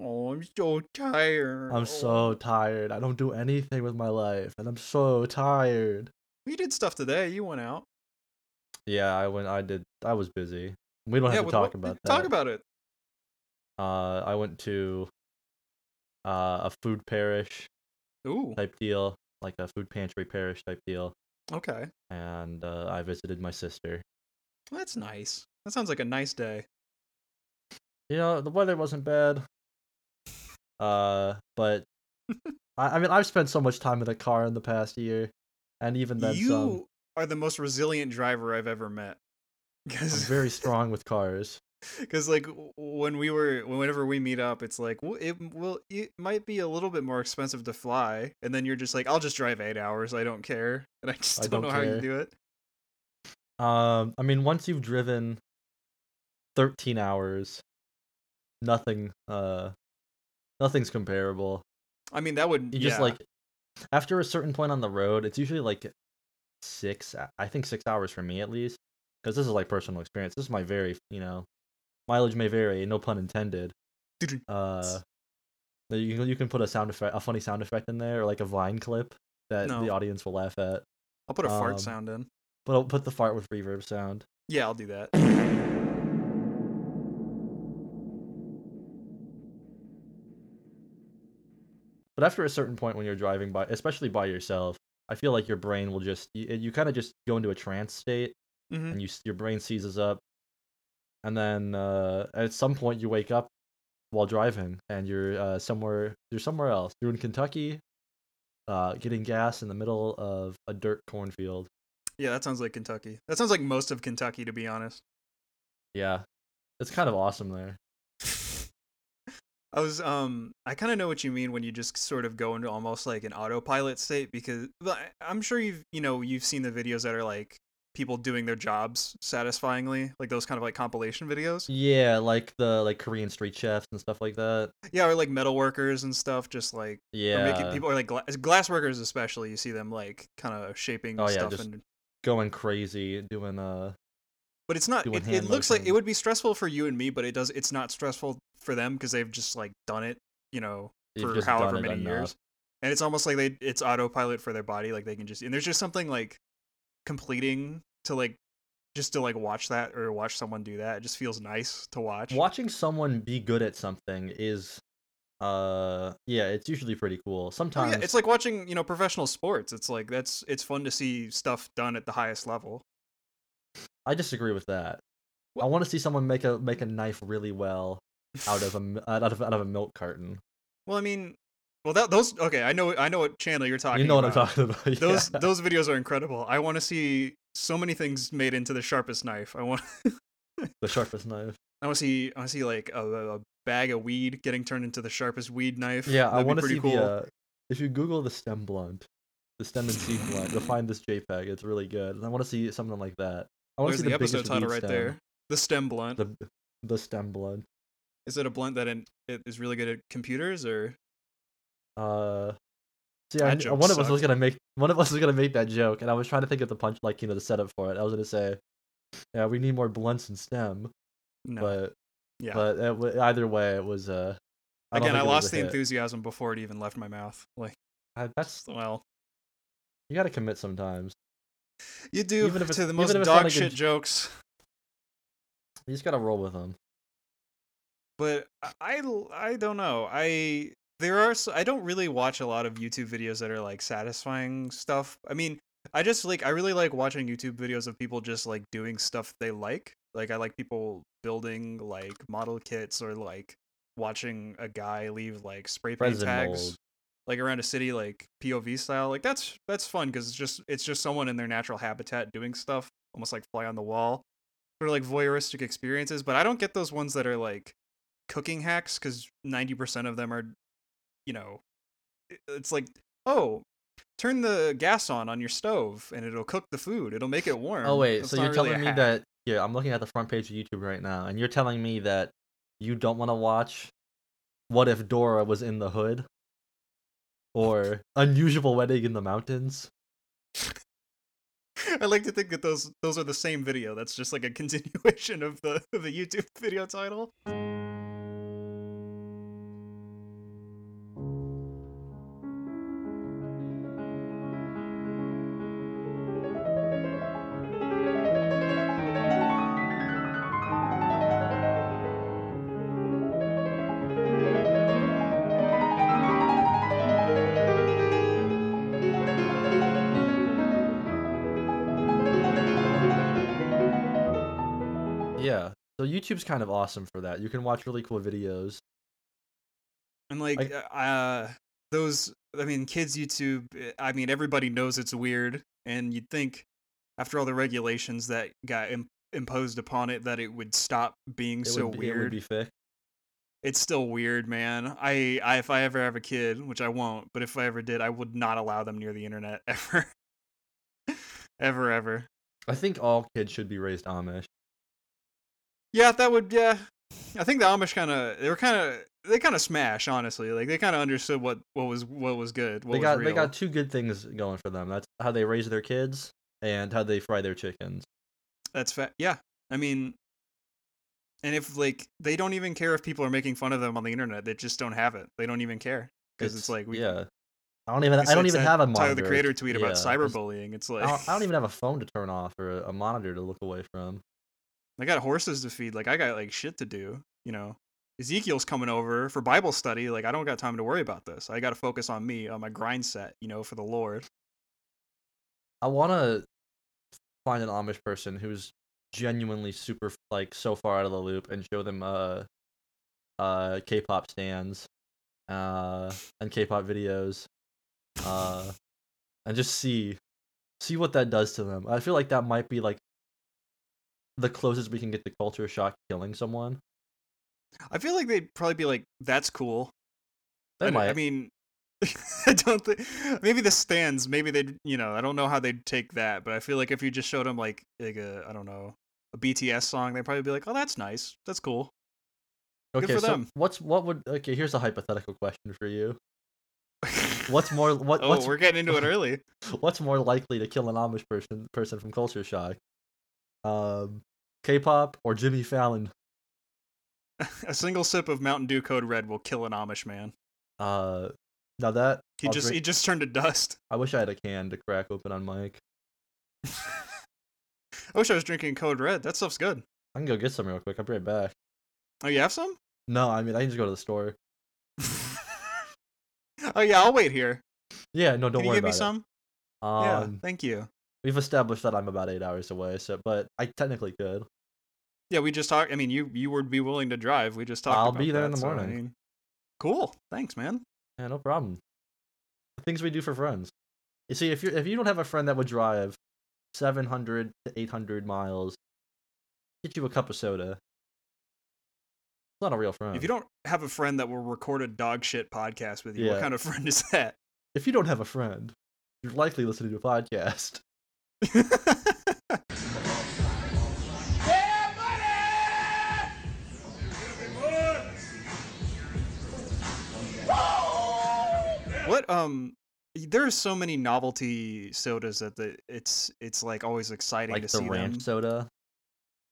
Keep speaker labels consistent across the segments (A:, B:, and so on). A: Oh, I'm so tired. Oh,
B: I'm so tired. I don't do anything with my life, and I'm so tired.
A: We did stuff today. You went out.
B: Yeah, I went. I did. I was busy. We don't
A: yeah,
B: have to
A: with
B: talk
A: what-
B: about that.
A: Talk about it.
B: Uh, I went to uh, a food parish
A: Ooh.
B: type deal, like a food pantry parish type deal,
A: Okay.
B: and uh, I visited my sister.
A: Well, that's nice. That sounds like a nice day.
B: You know, the weather wasn't bad. Uh, but I, I mean, I've spent so much time in the car in the past year, and even then,
A: you
B: some.
A: are the most resilient driver I've ever met.
B: I'm
A: Because
B: very strong with cars.
A: Because like w- when we were, whenever we meet up, it's like well, it will, it might be a little bit more expensive to fly, and then you're just like, I'll just drive eight hours, I don't care, and I just
B: I
A: don't,
B: don't
A: know how you
B: care.
A: do it.
B: Um, I mean, once you've driven 13 hours, nothing, uh, nothing's comparable.
A: I mean, that would
B: You
A: yeah.
B: just like, after a certain point on the road, it's usually like six, h- I think six hours for me at least, because this is like personal experience. This is my very, you know, mileage may vary, no pun intended. Uh, that you can, you can put a sound effect, a funny sound effect in there, or like a Vine clip that
A: No.
B: the audience will laugh at.
A: I'll put a
B: um,
A: fart sound in.
B: But I'll put the fart with reverb sound.
A: Yeah, I'll do that.
B: But after a certain point, when you're driving by, especially by yourself, I feel like your brain will just you, you kind of just go into a trance state,
A: Mhm.
B: and you s- your brain seizes up, and then uh, at some point you wake up while driving, and you're uh, somewhere you're somewhere else. You're in Kentucky, uh, getting gas in the middle of a dirt cornfield.
A: Yeah, that sounds like Kentucky. That sounds like most of Kentucky, to be honest.
B: Yeah, it's kind of awesome there.
A: I was um I kind of know what you mean when you just sort of go into almost like an autopilot state because but I- I'm sure you've you know you've seen the videos that are like people doing their jobs satisfyingly like those kind of like compilation videos
B: Yeah, like the like Korean street chefs and stuff like that.
A: yeah or like metal workers and stuff just like are
B: Yeah,
A: making people or like gla- glass workers especially you see them like kind of shaping
B: Oh, yeah,
A: stuff
B: just-
A: and
B: going crazy doing uh
A: but it's not
B: doing
A: it, it
B: hand
A: looks like it
B: motion.
A: would be stressful for you and me but it does it's not stressful for them because they've just like done it you know
B: you've
A: for
B: just
A: however
B: done it
A: many
B: enough.
A: years. And it's almost like they it's autopilot for their body, like they can just and there's just something like completing to like just to like watch that or watch someone do that. It just feels nice to watch.
B: watching someone be good at something is uh yeah it's usually pretty cool
A: Oh,
B: sometimes
A: yeah, it's like watching, you know, professional sports. It's like that's it's fun to see stuff done at the highest level.
B: i disagree with that i
A: What?
B: want to see someone make a make a knife really well out of a m- out of out of a milk carton
A: Well, I mean, well that those okay, I know I know what channel you're talking
B: you know what i'm
A: about.
B: talking about yeah.
A: Those those videos are incredible. I want to see so many things made into the sharpest knife. I want
B: the sharpest knife
A: I want to see I want to see like a, a bag of weed getting turned into the sharpest weed knife.
B: yeah i
A: That'd be
B: want to
A: pretty
B: see
A: cool.
B: the uh, if you google the stem blunt the stem and seed blunt you'll find this jpeg it's really good and i want to see something like that i want
A: There's
B: to see
A: the,
B: the,
A: episode
B: biggest
A: title
B: weed
A: right
B: stem,
A: there. The stem blunt.
B: the the stem blunt
A: Is it a blunt that in, it is really good at computers or?
B: Uh, see,
A: That
B: I, kn-
A: joke
B: one of us was
A: sucked.
B: gonna make one of us was gonna make that joke, and I was trying to think of the punch, like you know, the setup for it. I was gonna say, "Yeah, we need more blunts and stem,"
A: No.
B: but
A: yeah.
B: but it, wa- either way, it was uh. I don't
A: Again, I
B: think it was
A: lost
B: a
A: the
B: hit.
A: enthusiasm before it even left my mouth. Like
B: I- That's
A: well,
B: you gotta commit sometimes.
A: you do
B: Even if it's-
A: to the
B: even
A: most
B: if it's not
A: dog
B: a good
A: shit
B: j-
A: jokes.
B: You just gotta roll with them.
A: But I- I l- I don't know. I there are s- I don't really watch a lot of YouTube videos that are like satisfying stuff. I mean, I just like I really like watching YouTube videos of people just like doing stuff they like. Like I like people building like model kits or like watching a guy leave like spray paint
B: Resin
A: tags
B: mold.
A: like around a city like POV style. Like that's that's fun cuz it's just it's just someone in their natural habitat doing stuff, almost like fly on the wall. Sort of like voyeuristic experiences, but I don't get those ones that are like cooking hacks because 90% of them are you know i- it's like oh turn the gas on on your stove and it'll cook the food it'll make it warm
B: Oh wait,
A: That's
B: so
A: not
B: you're
A: really a
B: telling me
A: hack.
B: that? Yeah, I'm looking at the front page of YouTube right now, and you're telling me that you don't want to watch "What If Dora Was in the Hood" or "Unusual Wedding in the Mountains."
A: i like to think that those those are the same video that's just like a continuation of the of the youtube video title
B: YouTube's kind of awesome for that. You can watch really cool videos.
A: And like uh those I mean kids YouTube uh, I mean everybody knows it's weird and you'd think after all the regulations that got Im- imposed upon it that it would stop being
B: It
A: so
B: would be, It would
A: weird.
B: be fixed.
A: It's still weird, man. I, I if I ever have a kid, which I won't, but if I ever did, I would not allow them near the internet ever. ever ever.
B: I think all kids should be raised Amish.
A: Yeah, that would yeah. I think the Amish kind of they were kind of they kind of smash honestly. Like they kind of understood what what was what was good. What
B: they
A: was
B: got
A: real.
B: they got two good things going for them. That's how they raise their kids and how they fry their chickens.
A: That's fa Yeah, I mean, and if like they don't even care if people are making fun of them on the internet, they just don't have it. They don't even care because it's, like we.
B: yeah. I don't even
A: it's
B: I don't
A: like
B: even
A: that
B: have a
A: Tyler
B: monitor.
A: the Creator tweet about
B: Yeah, it's-
A: cyberbullying. It's like
B: I don't, I don't even have a phone to turn off or a, a monitor to look away from.
A: I got horses to feed. Like I got like shit to do. You know, Ezekiel's coming over for Bible study. Like I don't got time to worry about this. I got to focus on me, on my grind set. You know, for the Lord.
B: I want to find an Amish person who's genuinely super like so far out of the loop and show them uh uh K-pop stands uh and K-pop videos uh and just see see what that does to them. I feel like that might be like the closest we can get to culture shock killing someone.
A: I feel like they'd probably be like, "That's cool."
B: They
A: I, d-
B: might.
A: I mean, I don't think maybe the stands. Maybe they'd you know I don't know how they'd take that, but I feel like if you just showed them like like a I don't know a BTS song, they'd probably be like, "Oh, that's nice. That's cool."
B: okay,
A: for
B: so
A: them.
B: what's what would okay? Here's a hypothetical question for you. What's more what
A: oh,
B: what's
A: we're getting into it early.
B: what's more likely to kill an Amish person person from culture shock? Um, K-pop or Jimmy Fallon?
A: a single sip of Mountain Dew Code Red will kill an Amish man.
B: Uh, now that
A: He
B: I'll
A: just
B: drink-
A: he just turned to dust.
B: I wish I had a can to crack open on Mike.
A: I wish I was drinking Code Red. That stuff's good.
B: I can go get some real quick. I'll be right back.
A: Oh, you have some?
B: No, I mean I can just go to the store.
A: oh yeah, I'll wait here.
B: Yeah, no, don't
A: Can you
B: worry
A: give
B: about
A: me some?
B: it. Um,
A: yeah, thank you.
B: we've established that I'm about eight hours away, so but I technically could.
A: Yeah, we just talked. I mean, you you would be willing to drive. We just talked.
B: I'll
A: about
B: be there in
A: that,
B: the
A: so, I
B: morning.
A: mean, cool. Thanks, man.
B: Yeah, no problem. Things we do for friends. You see, if you if you don't have a friend that would drive 700 to 800 miles, get you a cup of soda. It's not a real friend.
A: If you don't have a friend that will record a dog shit podcast with you, what
B: Yeah.
A: kind of friend is that?
B: if you don't have a friend, you're likely listening to a podcast.
C: Yeah, buddy!
A: what um there are so many novelty sodas that the it's it's like always exciting
B: Like
A: to
B: the
A: see
B: ranch
A: them.
B: soda.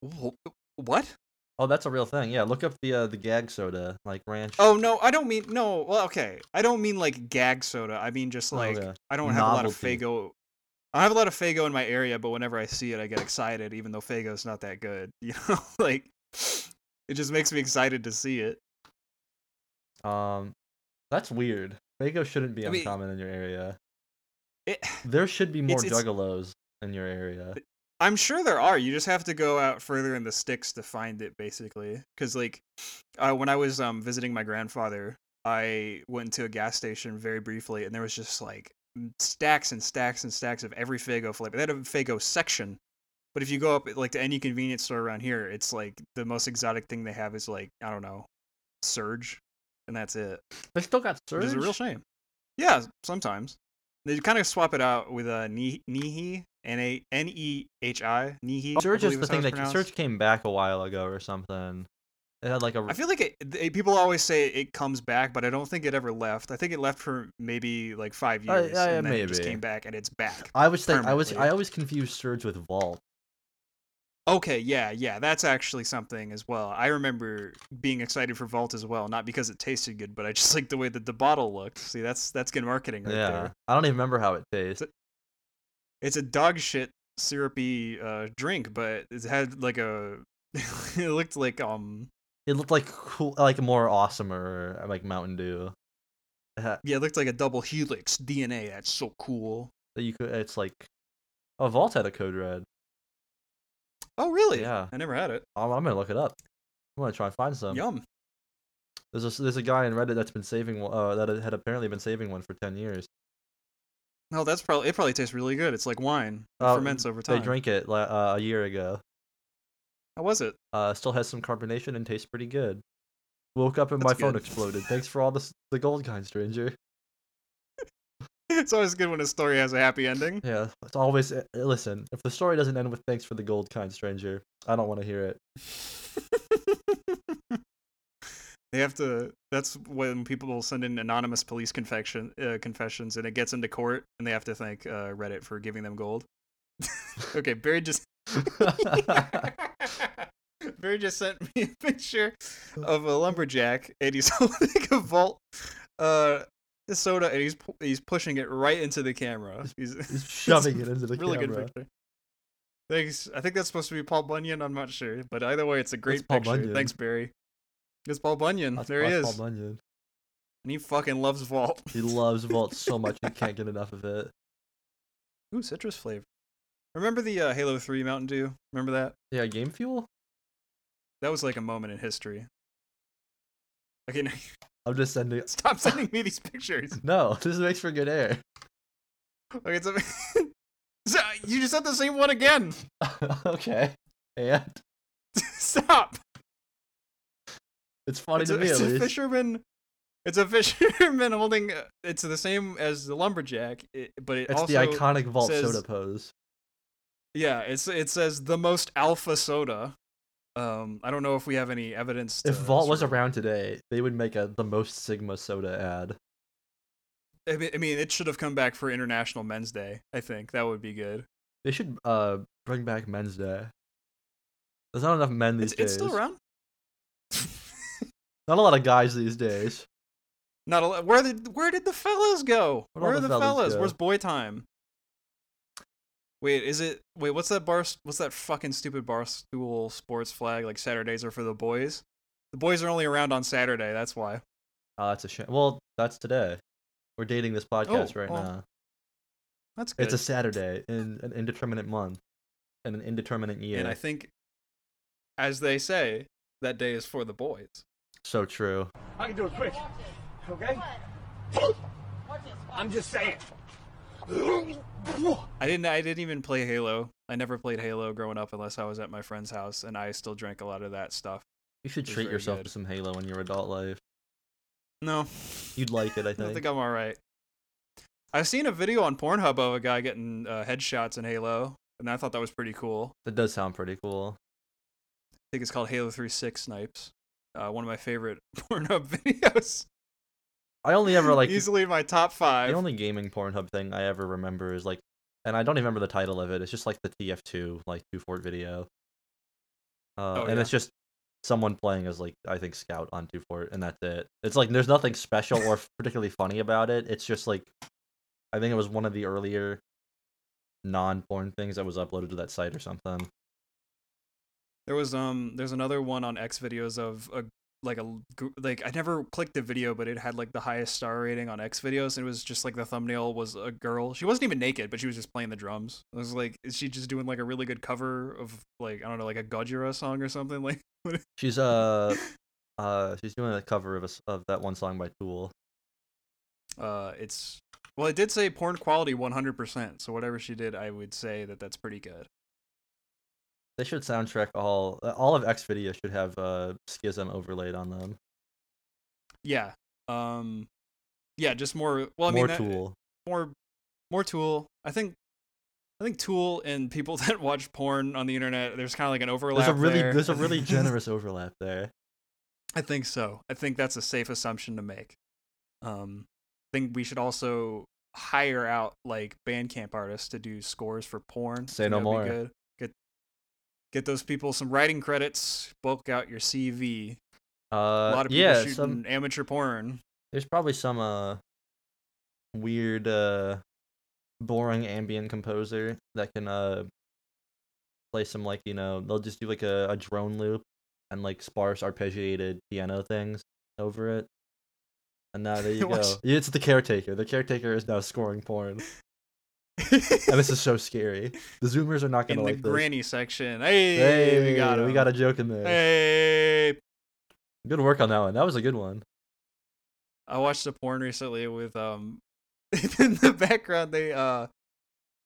A: Wh- What?
B: Oh, that's a real thing. Yeah, look up the uh, the gag soda, like ranch.
A: Oh no, I don't mean no. Well, okay, I don't mean like gag soda. I mean just
B: Oh,
A: like
B: yeah.
A: I don't have a lot of
B: Novelty.
A: Fago. I have a lot of Fago in my area, but whenever I see it, I get excited, even though Fago's not that good. You know, like it just makes me excited to see it.
B: Um, that's weird. Fago shouldn't be
A: I mean-
B: uncommon in your area.
A: it
B: There should be more
A: It's- it's-
B: juggalos in your area.
A: I'm sure there are. You just have to go out further in the sticks to find it, basically. Because like, uh, when I was um visiting my grandfather, I went to a gas station very briefly, and there was just like m- stacks and stacks and stacks of every Fago flavor. They had a Fago section, but if you go up like to any convenience store around here, it's like the most exotic thing they have is like I don't know, Surge, and that's it.
B: They still got
A: Which is
B: surge.
A: a real shame. Yeah, sometimes they kind of swap it out with a Nihi, N A N E H I, Nihi. I
B: Surge Oh, is
A: believe
B: the
A: how
B: thing
A: it's
B: that
A: pronounced.
B: Surge came back a while ago or something. It had like a
A: I feel like it, they, people always say it comes back, but I don't think it ever left. I think it left for maybe like five
B: Uh,
A: years,
B: yeah,
A: and then it just
B: maybe.
A: came back, and it's back.
B: I was think I was
A: permanently.
B: I always confused Surge with Vault.
A: Okay, yeah, yeah, that's actually something as well. I remember being excited for Vault as well, not because it tasted good, but I just like the way that the bottle looked. See, that's that's good marketing right
B: yeah,
A: there.
B: I don't even remember how it tastes.
A: it's a dog shit syrupy uh drink but it had like a it looked like um
B: It looked like cool, like more awesomer, like Mountain Dew. It ha-
A: yeah it looked like a double helix dna that's so cool
B: That you could, it's like, oh, Vault had a code red.
A: oh really
B: Yeah.
A: i never had it
B: I'm, I'm gonna look it up. I'm gonna try and find some.
A: Yum.
B: There's a, there's a guy in Reddit that's been saving one- uh, that had apparently been saving one for ten years.
A: No, that's probably it. Probably tastes really good. It's like wine. It
B: Uh,
A: ferments over time.
B: They drank it la- uh, a year ago.
A: How was it?
B: Uh, still has some carbonation and tastes pretty good. Woke up and
A: That's
B: my phone
A: good.
B: exploded. Thanks for all the s- the gold kind, stranger.
A: It's always good when a story has a happy ending.
B: Yeah, it's always eh, eh, listen. If the story doesn't end with thanks for the gold kind, stranger, I don't want to hear it.
A: they have to. That's when people will send in anonymous police confession uh, confessions, and it gets into court, and they have to thank uh, Reddit for giving them gold. okay, Barry just Barry just sent me a picture of a lumberjack, and he's holding a vault uh, soda, and he's pu- he's pushing it right into the camera. He's,
B: He's shoving it into the
A: really
B: camera.
A: good picture. Thanks. I think that's supposed to be Paul Bunyan. I'm not sure, but either way, it's a great
B: Paul
A: picture.
B: Bunyan.
A: Thanks, Barry. It's Paul Bunyan.
B: That's-
A: mm, there he
B: that's
A: is,
B: Paul Bunyan.
A: and he fucking loves Vault.
B: He loves Vault so much he can't get enough of it.
A: Ooh, citrus flavor. Remember the uh, Halo Three Mountain Dew? Remember that?
B: Yeah, Game Fuel.
A: That was like a moment in history. Okay, now-
B: I'm just sending.
A: stop sending me these pictures.
B: No, this makes for good air.
A: Okay, so, so you just said the same one again.
B: okay, and
A: stop.
B: it's funny
A: it's
B: to
A: a,
B: me
A: it's
B: at
A: a
B: least.
A: fisherman. It's a fisherman holding. uh, It's the same as the lumberjack, i- but it
B: It's
A: also
B: the iconic Vault
A: says-
B: soda pose.
A: yeah. It's it says the most alpha soda. Um, I don't know if we have any evidence.
B: If
A: to
B: Vault was
A: sort of-
B: around today, they would make a the most Sigma soda ad.
A: I mean, I mean, it should have come back for International Men's Day. I think that would be good.
B: They should uh bring back Men's Day. There's not enough men these
A: It's,
B: days.
A: it's still around.
B: Not a lot of guys these days.
A: Not a lot. Where did where did the fellas go?
B: Where'd all
A: Where are
B: the
A: the
B: fellas
A: fellas?
B: go?
A: Where's boy time? Wait, is it? Wait, what's that bar? What's that fucking stupid barstool sports flag? Like Saturdays are for the boys. The boys are only around on Saturday. That's why.
B: Oh, that's a shame. Well, that's today. We're dating this podcast
A: Oh,
B: right
A: well,
B: now.
A: That's good.
B: It's a Saturday in an indeterminate month and an indeterminate year.
A: And I think, as they say, that day is for the boys.
B: so true.
C: I can do it quick. Okay? I'm just saying.
A: I didn't. I didn't even play Halo. I never played Halo growing up unless I was at my friend's house, and I still drank a lot of that stuff.
B: You should
A: was
B: treat
A: very
B: yourself
A: good.
B: to some Halo in your adult life.
A: No,
B: You'd like it, I
A: I
B: think.
A: think I'm all right. I've seen a video on Pornhub of a guy getting uh, headshots in Halo, and I thought that was pretty cool.
B: That does sound pretty cool.
A: I think it's called Halo 3 Six Snipes. Uh, one of my favorite Pornhub videos.
B: I only ever like
A: Easily my top five.
B: the only gaming Pornhub thing I ever remember is like, and I don't even remember the title of it. It's just like the TF2 like two fort video, uh,
A: Oh,
B: and it's just someone playing as like I think scout on two fort, and that's it. It's like there's nothing special or particularly funny about it. It's just like I think it was one of the earlier non-porn things that was uploaded to that site or something.
A: There was um, there's another one on X videos of a like a gr- like I never clicked the video, but it had like the highest star rating on X videos. And it was just like the thumbnail was a girl. She wasn't even naked, but she was just playing the drums. It was like, is she just doing like a really good cover of like I don't know, like a Gojira song or something? Like
B: She's uh uh she's doing a cover of a s of that one song by Tool.
A: uh it's well it did say porn quality 100% so whatever she did i would say that that's pretty good
B: They should soundtrack all uh, all of X video should have uh schism overlaid on them.
A: yeah um yeah just more well i mean
B: More
A: that- uh,
B: Tool.
A: more more tool i think i think tool and people that watch porn on the internet there's kind of like an overlap
B: There's a really
A: there.
B: there's a really generous overlap there.
A: i think so i think that's a safe assumption to make um i think we should also hire out like bandcamp artists to do scores for porn
B: Say
A: I think
B: no
A: that'd be
B: more.
A: good. get get those people some writing credits bulk out your cv
B: Uh,
A: a lot of people
B: yeah,
A: shooting
B: some
A: amateur porn.
B: there's probably some uh weird uh boring ambient composer that can uh play some like you know they'll just do like a, a drone loop and like sparse arpeggiated piano things over it. And now there you go.
A: What's-
B: It's the caretaker. The caretaker is now scoring porn. and this is so scary. The Zoomers are not
A: in
B: gonna
A: the
B: like this.
A: granny section. Hey,
B: Hey,
A: we got it.
B: we got a joke in there.
A: Hey,
B: Good work on that one. That was a good one.
A: I watched a porn recently with um in the background they uh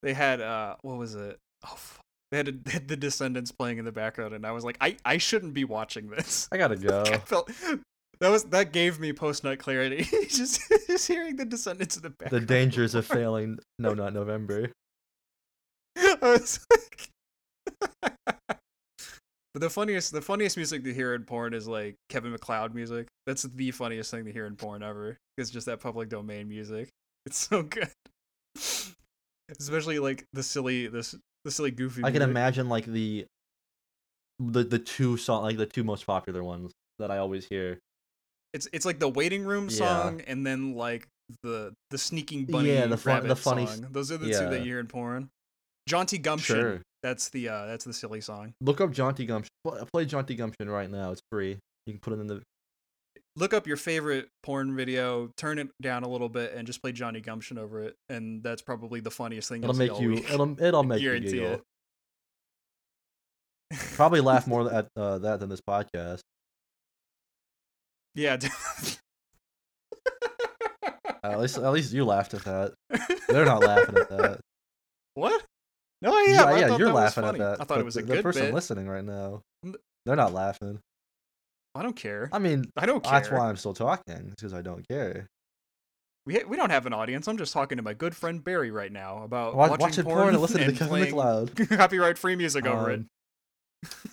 A: they had uh what was it? Oh, fuck. They, had a, they had the Descendants playing in the background, and I was like, I I shouldn't be watching this.
B: I gotta go.
A: I felt that was that gave me post nut clarity. just just hearing the Descendants in the
B: the
A: background.
B: dangers of failing. No, not November.
A: I was like- but the funniest, the funniest music to hear in porn is like Kevin McLeod music. That's the funniest thing to hear in porn ever. It's just that public domain music. It's so good. Especially like the silly, this the silly goofy.
B: I can
A: music.
B: imagine like the the the two song like the two most popular ones that I always hear.
A: It's it's like the waiting room
B: Yeah.
A: song, and then like the the sneaking bunny.
B: Yeah, the fun- the
A: rabbit
B: funny s-
A: Song. Those are the two
B: yeah.
A: that you hear in porn. Jaunty Gumption.
B: Sure.
A: That's the uh that's the silly song.
B: Look up Jaunty Gumption. Pl- Play Jaunty Gumption right now. It's free. You can put it in the.
A: look up your favorite porn video, turn it down a little bit, and just play Johnny Gumption over it, and that's probably the funniest thing.
B: It'll
A: you'll see
B: make
A: all
B: you.
A: week.
B: It'll it'll make you
A: Guarantee
B: giggle.
A: it.
B: Probably laugh more at uh, that than this podcast.
A: yeah.
B: Uh, at least at least you laughed at that. They're not laughing at that.
A: What? No, yeah,
B: yeah,
A: I
B: yeah,
A: thought
B: you're
A: that was
B: laughing at
A: funny.
B: that.
A: I thought
B: but
A: it was a
B: the, the
A: good
B: person
A: bit.
B: listening right now.
A: N-
B: They're not laughing.
A: I don't care.
B: I mean,
A: I don't care.
B: that's why I'm still talking because I don't care.
A: we we don't have an audience. I'm just talking to my good friend Barry right now about
B: Watch,
A: watching
B: watching porn, and listening to Kevin McLeod.
A: playing copyright free music over it.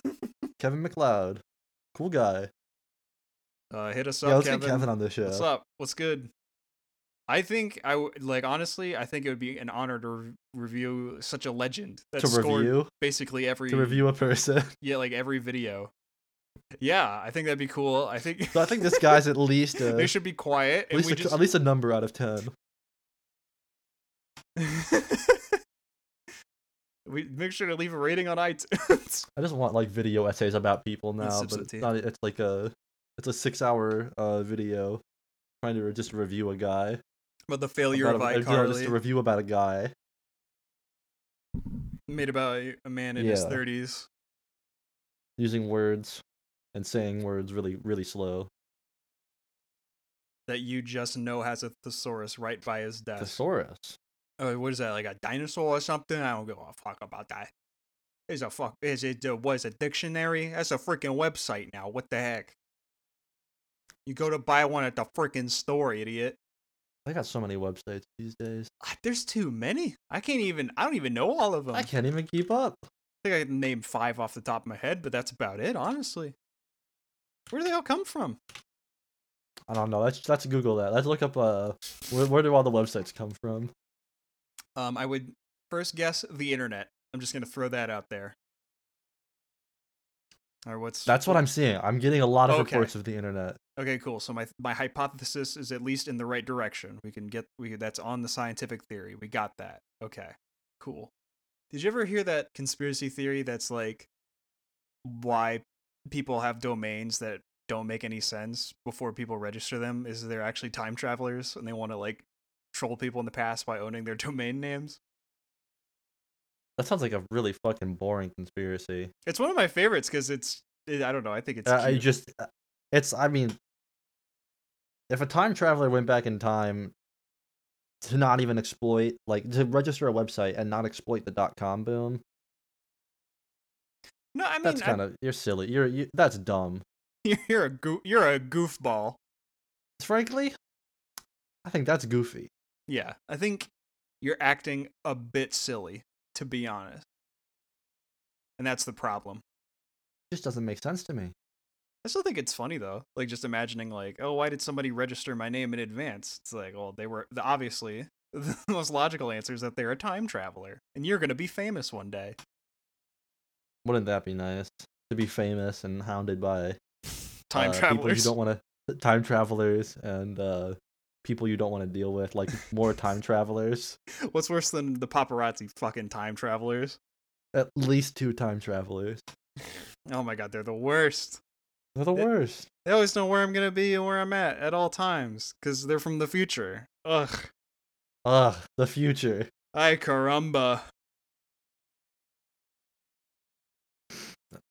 B: Um, Kevin McLeod, cool guy.
A: Uh, hit us up,
B: yeah, let's get Kevin on the show.
A: What's up? What's good? I think I w- like honestly. I think it would be an honor to re- review such a legend that
B: to
A: scored
B: review
A: basically every
B: to review a person.
A: yeah like every video. Yeah, I think that'd be cool. I think
B: So I think this guy's at least a,
A: they should be quiet
B: at
A: and
B: least,
A: we
B: a,
A: just
B: at least a number out of ten.
A: we make sure to leave a rating on iTunes.
B: I just want like video essays about people now, but it's
A: substantive.
B: not. It's like a it's a six hour uh, video trying to just review a guy.
A: but the failure of
B: about a- uh, just a
A: Oh, iCarly
B: review about a guy.
A: made about a a man in his
B: Yeah.
A: thirties.
B: using words and saying words really really slow.
A: That you just know has a thesaurus right by his desk.
B: Thesaurus.
A: Oh, what is that? Like a dinosaur or something? I don't give a fuck about that. Is a fuck? Is it uh, what is a dictionary? That's a freaking website now. What the heck? You go to buy one at the freaking store, idiot.
B: They got so many websites these days.
A: Ah, There's too many. I can't even. I don't even know all of them.
B: I can't even keep up.
A: I think I can name five off the top of my head, but that's about it, honestly. Where do they all come from?
B: I don't know. Let's let's Google that. Let's look up uh where, where do all the websites come from?
A: Um, I would first guess the internet. I'm just gonna throw that out there. All right, what's
B: That's what I'm seeing. I'm getting a lot of
A: Okay.
B: reports of the internet.
A: Okay, cool. So my my hypothesis is at least in the right direction. We can get we that's on the scientific theory. We got that. Okay, cool. Did you ever hear that conspiracy theory that's like why people have domains that don't make any sense before people register them? Is they're actually time travelers and they want to like troll people in the past by owning their domain names?
B: That sounds like a really fucking boring conspiracy.
A: It's one of my favorites because it's it, I don't know. I think it's
B: Uh, I
A: cute.
B: just it's I mean if a time traveler went back in time to not even exploit like to register a website and not exploit the dot com boom,
A: no. I mean,
B: that's
A: I-
B: kind of you're silly. You're you, that's dumb.
A: you're a goo- you're a goofball.
B: frankly, I think that's goofy.
A: Yeah, I think you're acting a bit silly, to be honest. And that's the problem.
B: It just doesn't make sense to me.
A: I still think it's funny though. Like just imagining like, oh, why did somebody register my name in advance? It's like, well, they were the- obviously the most logical answer is that they're a time traveler and you're going to be famous one day.
B: Wouldn't that be nice to be famous and hounded by
A: Time
B: uh, people you
A: travelers.
B: don't want to time travelers and uh, people you don't want to deal with, like more time travelers,
A: What's worse than the paparazzi fucking time travelers?
B: at least two time travelers.
A: Oh my god, they're the worst.
B: They're the
A: It-
B: worst.
A: They always know where I'm going to be and where I'm at at all times cuz they're from the future. Ugh.
B: Ugh, the future.
A: Ay caramba.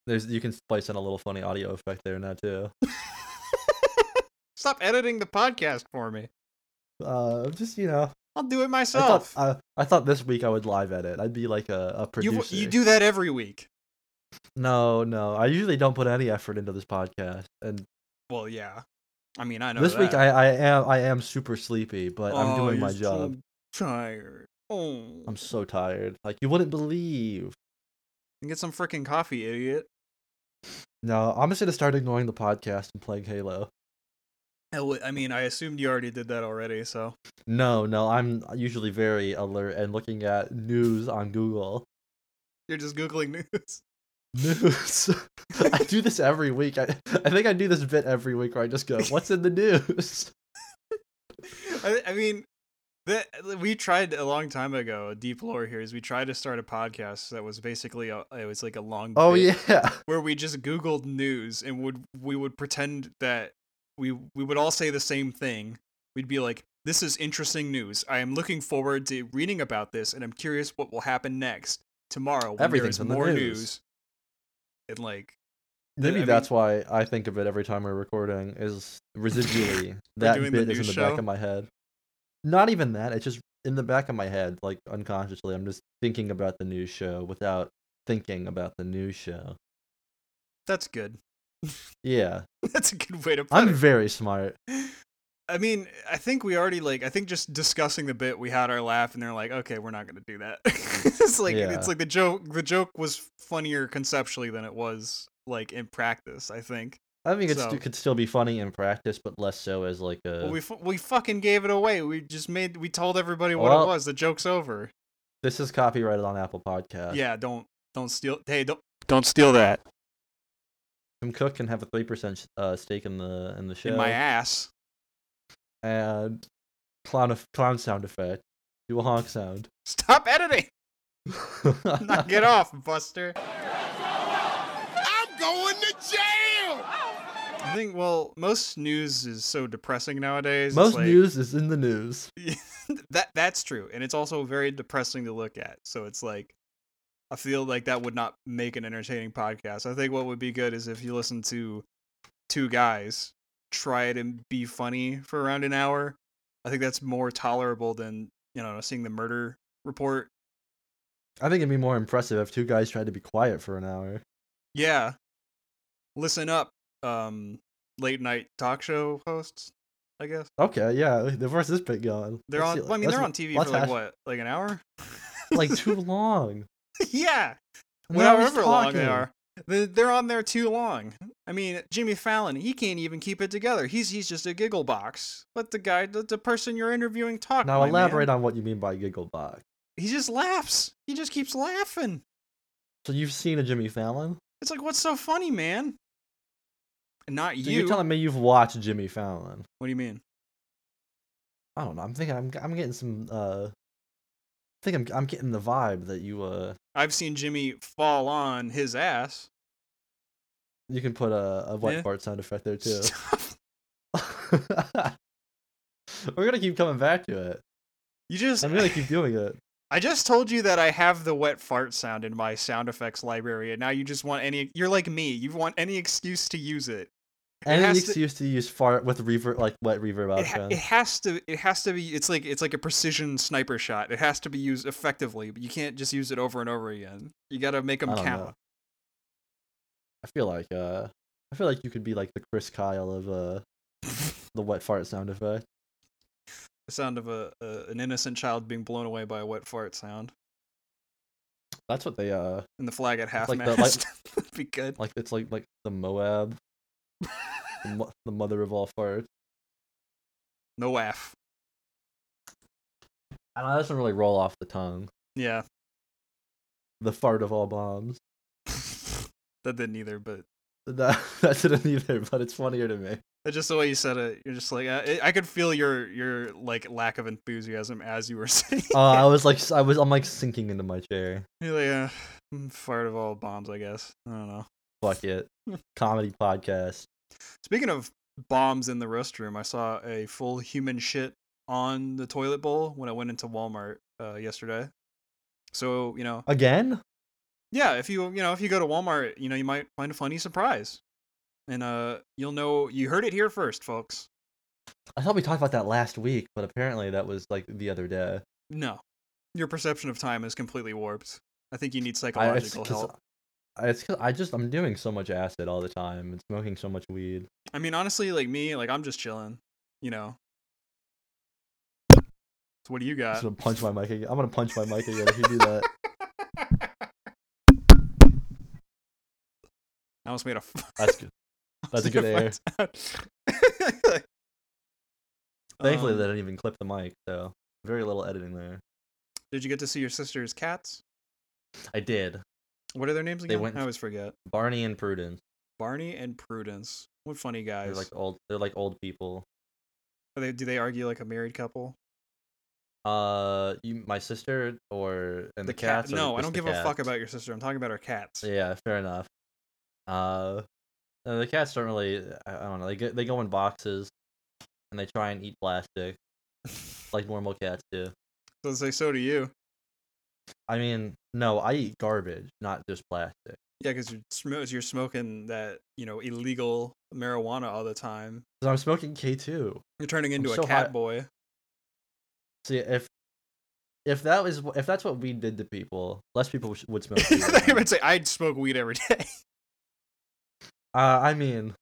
B: There's you can splice in a little funny audio effect there now too.
A: Stop editing the podcast for me.
B: Uh, just you know,
A: I'll do it
B: I thought
A: myself.
B: I, I thought this week I would live edit. I'd be like a, a
A: you
B: producer.
A: you do that every week.
B: No, no. I usually don't put any effort into this podcast, and
A: Well, yeah. I mean, I know
B: this week
A: that.
B: I, I am I am super sleepy, but I'm
A: Oh,
B: doing my
A: you're
B: job.
A: so tired. Oh,
B: I'm so tired. Like you wouldn't believe.
A: get some freaking coffee, idiot.
B: No, I'm just gonna start ignoring the podcast and playing Halo.
A: I w- I mean, I assumed you already did that already, so
B: No, no. I'm usually very alert and looking at news on Google.
A: you're just googling news.
B: News. I do this every week. I, I think I do this bit every week where I just go, "What's in the news?"
A: I, I mean, that we tried a long time ago. Deep lore here is we tried to start a podcast that was basically a, it was like a long.
B: Oh
A: bit
B: yeah.
A: where we just googled news and would we would pretend that we we would all say the same thing. We'd be like, "This is interesting news. I am looking forward to reading about this, and I'm curious what will happen next tomorrow." When there
B: Everything's
A: is
B: in the
A: more
B: news.
A: and like
B: Maybe
A: I mean-
B: that's why I think of it every time we're recording is residually that
A: doing
B: bit
A: the
B: is in
A: news
B: the
A: show?
B: back of my head. Not even that; it's just in the back of my head, like unconsciously. I'm just thinking about the news show without thinking about the news show.
A: that's good.
B: Yeah,
A: That's a good way to put
B: I'm
A: it.
B: very smart.
A: I mean, I think we already like. I think just discussing the bit, we had our laugh, and they're like, "Okay, we're not gonna do that." it's like
B: Yeah.
A: it's like the joke. The joke was funnier conceptually than it was like in practice. I think.
B: I think it's,
A: So-
B: it could still be funny in practice, but less so as like a.
A: Well, we fu- we fucking gave it away. We just made we told everybody what it
B: Well-
A: was. The joke's over.
B: this is copyrighted on Apple Podcast.
A: yeah, don't don't steal. Hey, don't don't steal that
B: Tim Cook can have a three percent uh, stake in the in the show.
A: in my ass.
B: and clown of, clown sound effect. Do a honk sound.
A: Stop editing. Knock it off, Buster.
D: I'm going to jail!
A: I think. Well, most news is so depressing nowadays. It's
B: Most
A: like-
B: news is in the news.
A: that that's true and it's also very depressing to look at so it's like i feel like that would not make an entertaining podcast i think what would be good is if you listen to two guys try it and be funny for around an hour i think that's more tolerable than you know seeing the murder report
B: I think it'd be more impressive if two guys tried to be quiet for an hour.
A: yeah listen up um late night talk show hosts i guess
B: Okay, yeah, the verse has been going.
A: they're
B: Let's
A: on
B: see-
A: well, i mean
B: let's-
A: they're on tv
B: let's
A: for like
B: hash-
A: what like an hour
B: like too long.
A: yeah
B: An hour's
A: However long they
B: talking.
A: are, They- they're on there too long. I mean, Jimmy Fallon, he can't even keep it together. He's he's just a giggle box. Let the guy, the, the person you're interviewing, talk.
B: Now
A: my
B: elaborate
A: man.
B: on what you mean by giggle box.
A: He just laughs. He just keeps laughing.
B: So you've seen a Jimmy Fallon?
A: It's like, what's so funny, man? And not
B: So
A: you.
B: you're telling me you've watched Jimmy Fallon?
A: what do you mean?
B: I don't know. I'm thinking I'm I'm getting some uh I think I'm I'm getting the vibe that you uh
A: I've seen Jimmy fall on his ass.
B: you can put a, a wet
A: Yeah.
B: fart sound effect there too.
A: Stop.
B: We're gonna keep coming back to it.
A: You just.
B: I'm gonna keep doing it.
A: I just told you that I have the wet fart sound in my sound effects library, and now you just want any. You're like me. You want any excuse to use it.
B: Any
A: has to-
B: excuse to use fart with reverb, like wet reverb
A: it, ha-
B: option.
A: it has to it has to be it's like it's like a precision sniper shot it has to be used effectively but you can't just use it over and over again you gotta make them
B: I don't
A: count
B: know. I feel like uh, I feel like you could be like the Chris Kyle of uh, the wet fart sound effect.
A: the sound of a, a an innocent child being blown away by a wet fart sound
B: That's what they uh,
A: and the flag at half
B: like the- like-
A: mast would be good
B: like it's like like the Moab, the, mo- the mother of all farts.
A: no waff
B: I don't know, that doesn't really roll off the tongue.
A: yeah
B: The fart of all bombs.
A: that didn't either but
B: That, that didn't either, but it's funnier to me.
A: that's just the way you said it you're just like i, I could feel your your like lack of enthusiasm as you were saying
B: Uh, I was like, s- I was, I'm like sinking into my chair.
A: you're like uh, mm, fart of all bombs i guess i don't know
B: Fuck it, comedy podcast.
A: Speaking of bombs in the restroom, I saw a full human shit on the toilet bowl when I went into Walmart uh, uh, yesterday. So you know,
B: Again?
A: yeah, if you you know if you go to Walmart, you know you might find a funny surprise, and uh, you'll know you heard it here first, folks.
B: I thought we talked about that last week, but apparently that was like the other day.
A: No, your perception of time is completely warped. I think you need
B: I, it's
A: psychological
B: 'cause-
A: help.
B: I- it's 'cause I just I'm doing so much acid all the time and smoking so much weed.
A: I mean, honestly, like me, like I'm just chilling, you know. So what do you
B: I'm
A: got?
B: just gonna punch my mic again. I'm gonna punch my mic again if you do that.
A: I almost made a. f-
B: That's good. That's a good air. Thankfully,
A: Um,
B: they didn't even clip the mic, so very little editing there.
A: Did you get to see your sister's cats?
B: I did.
A: What are their names
B: They
A: again?
B: went-
A: I always forget.
B: Barney and Prudence.
A: Barney and Prudence. What funny
B: They're
A: guys.
B: like old. They're like old people.
A: Are they, do they argue like a married couple?
B: Uh, you, my sister, or and the,
A: cat-
B: cats. or
A: No, I
B: just
A: don't
B: the
A: give a fuck
B: cats?
A: about your sister. I'm talking about her cats.
B: Yeah, fair enough. Uh, no, the cats don't really. I I don't know. They go, they go in boxes, and they try and eat plastic, like normal cats do.
A: So say so do you.
B: I mean, no, I eat garbage, not just plastic.
A: Yeah, because you're, sm- you're smoking that you know illegal marijuana all the time.
B: 'Cause I'm smoking K two.
A: You're turning into
B: so
A: a cat
B: high-
A: boy.
B: See if if that was wh- if that's what weed did to people, less people sh- would smoke. weed right
A: I
B: now.
A: would say I'd smoke weed every day.
B: uh, I mean,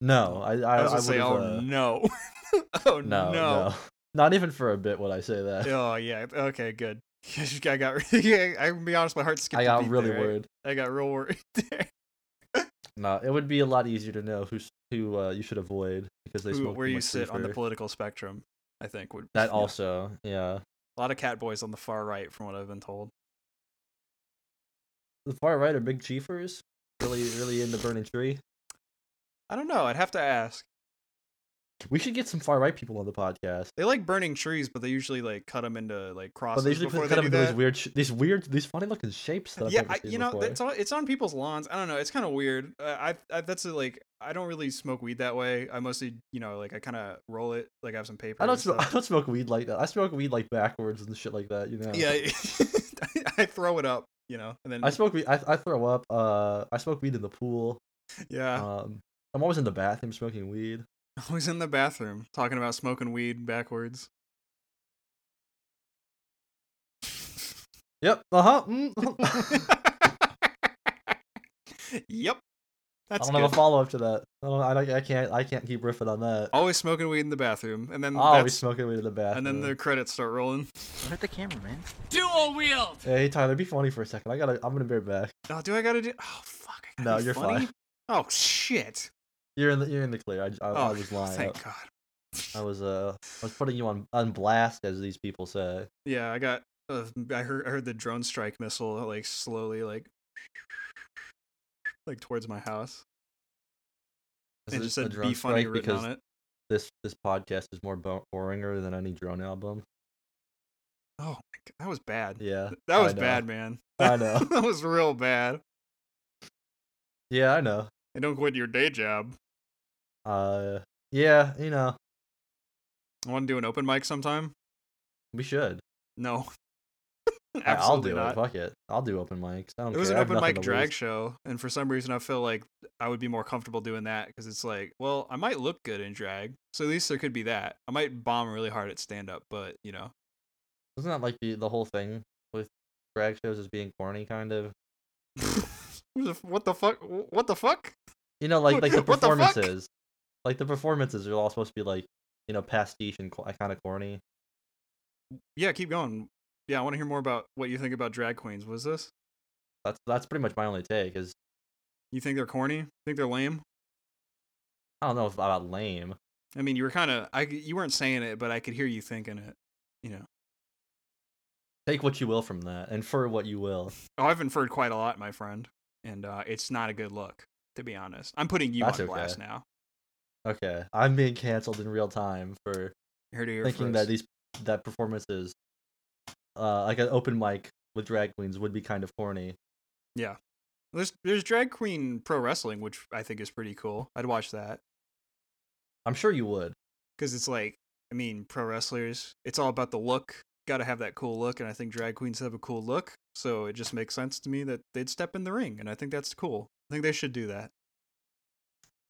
B: no, I
A: I
B: I, I,
A: was
B: would
A: gonna say, oh
B: uh,
A: no, oh
B: no, no, not even for a bit would I say that.
A: Oh yeah. Okay, good. I got. Yeah, I can be honest. My heart skipped.
B: I
A: a
B: got
A: beat
B: really
A: there, right?
B: worried.
A: I got real worried. There.
B: No, it would be a lot easier to know who s- who uh, you should avoid because they
A: Who-
B: smoke
A: where
B: too
A: you
B: much
A: sit on the
B: reefer.
A: political spectrum, I think would
B: that
A: yeah.
B: also, yeah.
A: a lot of cat boys on the far right, from what I've been told.
B: The far right are big chiefers, really, really into burning tree.
A: I don't know. I'd have to ask.
B: We should get some far right people on the podcast.
A: They like burning trees, but they usually like cut them into like
B: But
A: crosses
B: they usually
A: before
B: put
A: they
B: cut up
A: do
B: into
A: that.
B: these weird, sh- these weird, these funny looking shapes that I've
A: yeah,
B: never
A: I,
B: seen
A: you know,
B: before.
A: it's on, it's on people's lawns. I don't know. It's kind of weird. Uh, I, I that's a, like I don't really smoke weed that way. I mostly, you know, like I kind of roll it. Like I have some paper.
B: I don't,
A: and
B: smoke, I
A: stuff.
B: don't smoke weed like that. I smoke weed like backwards and shit like that. You know.
A: Yeah, I, I throw it up. You know, and then
B: I smoke weed. I, I throw up. Uh, I smoke weed in the pool.
A: yeah,
B: Um, I'm always in the bathroom smoking weed.
A: always in the bathroom talking about smoking weed backwards.
B: Yep. Uh huh. Mm.
A: yep, that's
B: I don't have
A: good.
B: a follow up to that. I don't. I, don't- I can't. I can't keep riffing on that.
A: always smoking weed in the bathroom, and then
B: Oh, always
A: Um, that's,
B: smoking weed in the
A: and
B: bathroom.
A: then the credits start rolling.
D: Dual wield.
B: Hey Tyler, be funny for a second. I gotta. I'm gonna bear back.
A: Oh, do I gotta do? Oh fuck! I gotta
B: No,
A: be
B: you're
A: funny?
B: fine.
A: Oh shit!
B: You're in the. You're in the clear. I. I, I
A: oh,
B: was lying.
A: Thank
B: I,
A: God.
B: I was. Uh. I was putting you on on blast, as these people say.
A: Yeah, I got. Uh, I heard. I heard the drone strike missile uh, like slowly like like towards my house.
B: Is
A: And it
B: this
A: just
B: a
A: said
B: drone
A: "Be funny"
B: strike?
A: written on it.
B: This this podcast is more bo- boringer than any drone album.
A: Oh, my God, that was bad.
B: Yeah.
A: that
B: I
A: was
B: know.
A: bad, man.
B: I know.
A: that was real bad.
B: Yeah, I know.
A: And don't quit your day job.
B: Uh. Yeah, you know,
A: I want to do an open mic sometime.
B: we should.
A: No,
B: I- I'll
A: absolutely
B: do
A: not.
B: it. Fuck it. I'll do open mics. I don't
A: It was an
B: care. I have
A: open
B: nothing
A: mic
B: to
A: drag
B: lose.
A: show, and for some reason, I feel like I would be more comfortable doing that because it's like, well, I might look good in drag, so at least there could be that. I might bomb really hard at stand up, but you know,
B: Isn't that like the the whole thing with drag shows as being corny, kind of?
A: what the fuck? What the fuck?
B: You know, like like the
A: What the fuck?
B: performances, like the performances are all supposed to be like you know pastiche and kind of corny.
A: Yeah, keep going. Yeah, I want to hear more about what you think about drag queens. What is this?
B: That's that's pretty much my only take. Is
A: You think they're corny? Think they're lame?
B: I don't know if about lame.
A: I mean, you were kind of I c- you weren't saying it, but I could hear you thinking it. You know.
B: Take what you will from that, infer what you will.
A: Oh, I've inferred quite a lot, my friend, and uh, it's not a good look, to be honest. I'm putting you
B: That's
A: on
B: okay.
A: blast now.
B: Okay, I'm being canceled in real time for
A: Here to hear first.
B: thinking that these that performances, uh, like an open mic with drag queens would be kind of corny.
A: There's there's drag queen pro wrestling, which I think is pretty cool. I'd watch that
B: I'm sure you would.
A: because it's like, I mean, pro wrestlers. It's all about the look got to have that cool look, and I think drag queens have a cool look, so it just makes sense to me that they'd step in the ring, and I think that's cool. I think they should do that.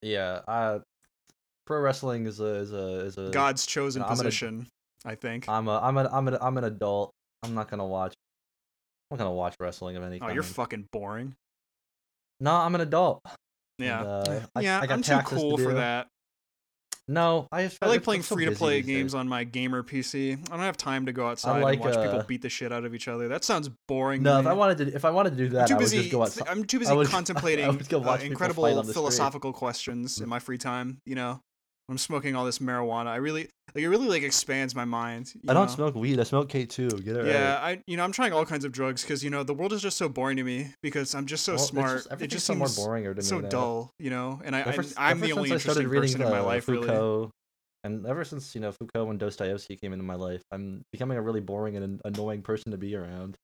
B: Yeah, uh, pro wrestling is a is a is a
A: God's chosen
B: Uh, I'm gonna-
A: position, I think.
B: I'm a I'm a I'm a I'm an adult. I'm not gonna watch. I'm not gonna watch wrestling of any
A: oh,
B: kind.
A: you're fucking boring.
B: no, I'm an adult.
A: Yeah,
B: uh, I-
A: yeah,
B: I got
A: am too
B: taxes to
A: cool for
B: do.
A: that.
B: No, I just
A: I like
B: I'm
A: playing
B: so
A: free to play
B: busy these
A: games
B: days.
A: on my gamer PC. I don't have time to go outside
B: like,
A: and watch people
B: uh,
A: beat the shit out of each other. That sounds boring.
B: No,
A: to
B: if
A: me.
B: I wanted to, if I wanted to do
A: I'm
B: that,
A: too
B: I would
A: busy.
B: just go
A: th-
B: outside.
A: I'm too
B: I
A: busy
B: would- I
A: contemplating
B: would go
A: uh,
B: watch people fight
A: incredible
B: on the street.
A: philosophical questions in my free time. You know, when I'm smoking all this marijuana. I really like. It really like expands my mind. you
B: I don't
A: know?
B: smoke weed. I smoke K two. Get it right.
A: Yeah, I you know I'm trying all kinds of drugs because you know the world is just so boring to me because I'm just so
B: Well, it's
A: smart.
B: Just,
A: it
B: everything's
A: just
B: so more
A: seems
B: boring to me
A: so
B: now.
A: dull, you know. And I, I
B: Ever s-
A: I'm
B: ever
A: the only
B: since I started
A: interesting
B: reading,
A: person in my
B: uh,
A: life, really.
B: Foucault, And ever since you know Foucault and Dostoevsky came into my life, I'm becoming a really boring and an- annoying person to be around.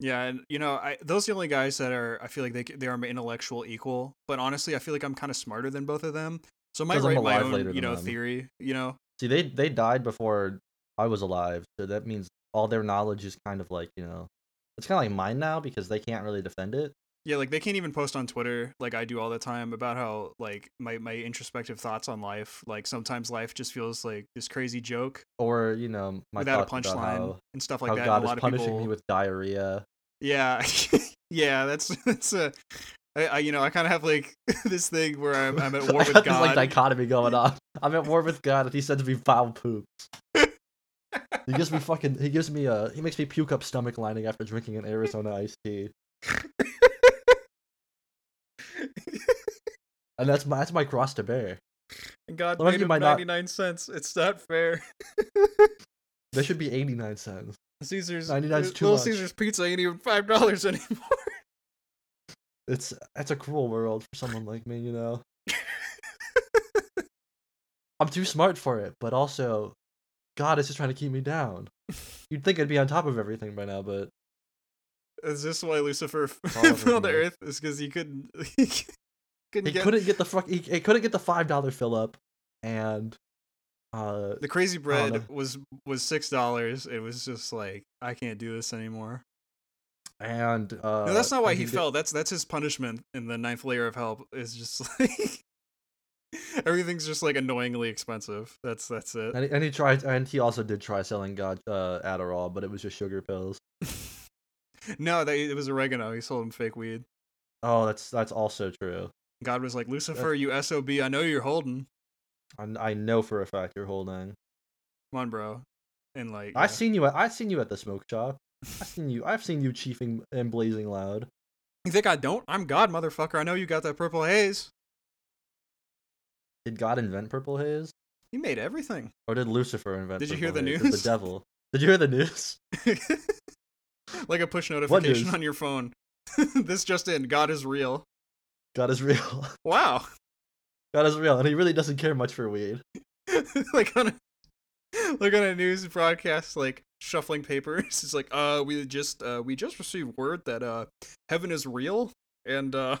A: Yeah, and you know, I those are the only guys that are I feel like they c- they are my intellectual equal. But honestly, I feel like I'm kind of smarter than both of them, so I might
B: 'Cause I'm
A: write my
B: alive later
A: own you
B: than
A: know
B: them.
A: theory. You know,
B: See, they they died before I was alive, so that means all their knowledge is kind of like you know, it's kind of like mine now because they can't really defend it.
A: yeah, like they can't even post on Twitter like I do all the time about how like my my introspective thoughts on life. Like sometimes life just feels like this crazy joke
B: Or you know, my
A: without a
B: thoughts about
A: punchline
B: how,
A: and stuff like
B: how
A: that. and
B: God
A: a
B: is
A: lot
B: punishing
A: of people,
B: me with diarrhea.
A: Yeah, yeah, that's that's a, I, I you know I kind of have like this thing where I'm I'm at war
B: I
A: with
B: got
A: God.
B: This, like dichotomy going on. I'm at war with God, and he sends me foul poop. he gives me fucking. He gives me a. He makes me puke up stomach lining after drinking an Arizona iced tea. and that's my that's my cross to bear.
A: And God
B: Some of
A: paid
B: you
A: him
B: might not-
A: 99 cents. It's not fair.
B: They should be 89 cents.
A: Caesar's
B: 99 's
A: uh,
B: too
A: Little
B: much.
A: Caesar's pizza ain't even five dollars anymore.
B: It's that's a cruel world for someone like me, you know. I'm too smart for it, but also, God is just trying to keep me down. You'd think I'd be on top of everything by now, but
A: Is this why Lucifer
B: all over
A: fell to
B: me.
A: Earth? Is because he couldn't he couldn't
B: he
A: get
B: couldn't get the fuck. He, he couldn't get the five dollar fill up, and uh,
A: the crazy bread
B: know.
A: was was six dollars. It was just like I can't do this anymore.
B: and uh,
A: no, that's not why
B: and
A: he
B: did-
A: fell. That's that's his punishment in the ninth layer of hell. Is just like everything's just like annoyingly expensive. That's that's it.
B: And he, and he tried, and he also did try selling God uh, Adderall, but it was just sugar pills.
A: No, that it was oregano. He sold him fake weed.
B: Oh, that's that's also true.
A: God was like Lucifer, you sob. I know you're holding.
B: I, I know for a fact you're holding.
A: Come on, bro. And like yeah.
B: I've seen you. At, I've seen you at the smoke shop. I've seen you. I've seen you chiefing and blazing loud.
A: You think I don't? I'm God, motherfucker. I know you got that purple haze.
B: Did God invent purple haze,
A: He made everything.
B: or did Lucifer invent?
A: Did you hear
B: purple
A: the
B: haze? Did
A: news?
B: The devil. Did you hear the news?
A: like a push notification
B: news?
A: on your phone. this just in. God is real.
B: God is real.
A: Wow.
B: God is real, and he really doesn't care much for weed.
A: like on a like on a news broadcast, like shuffling papers. It's like, uh, we just uh we just received word that uh heaven is real and uh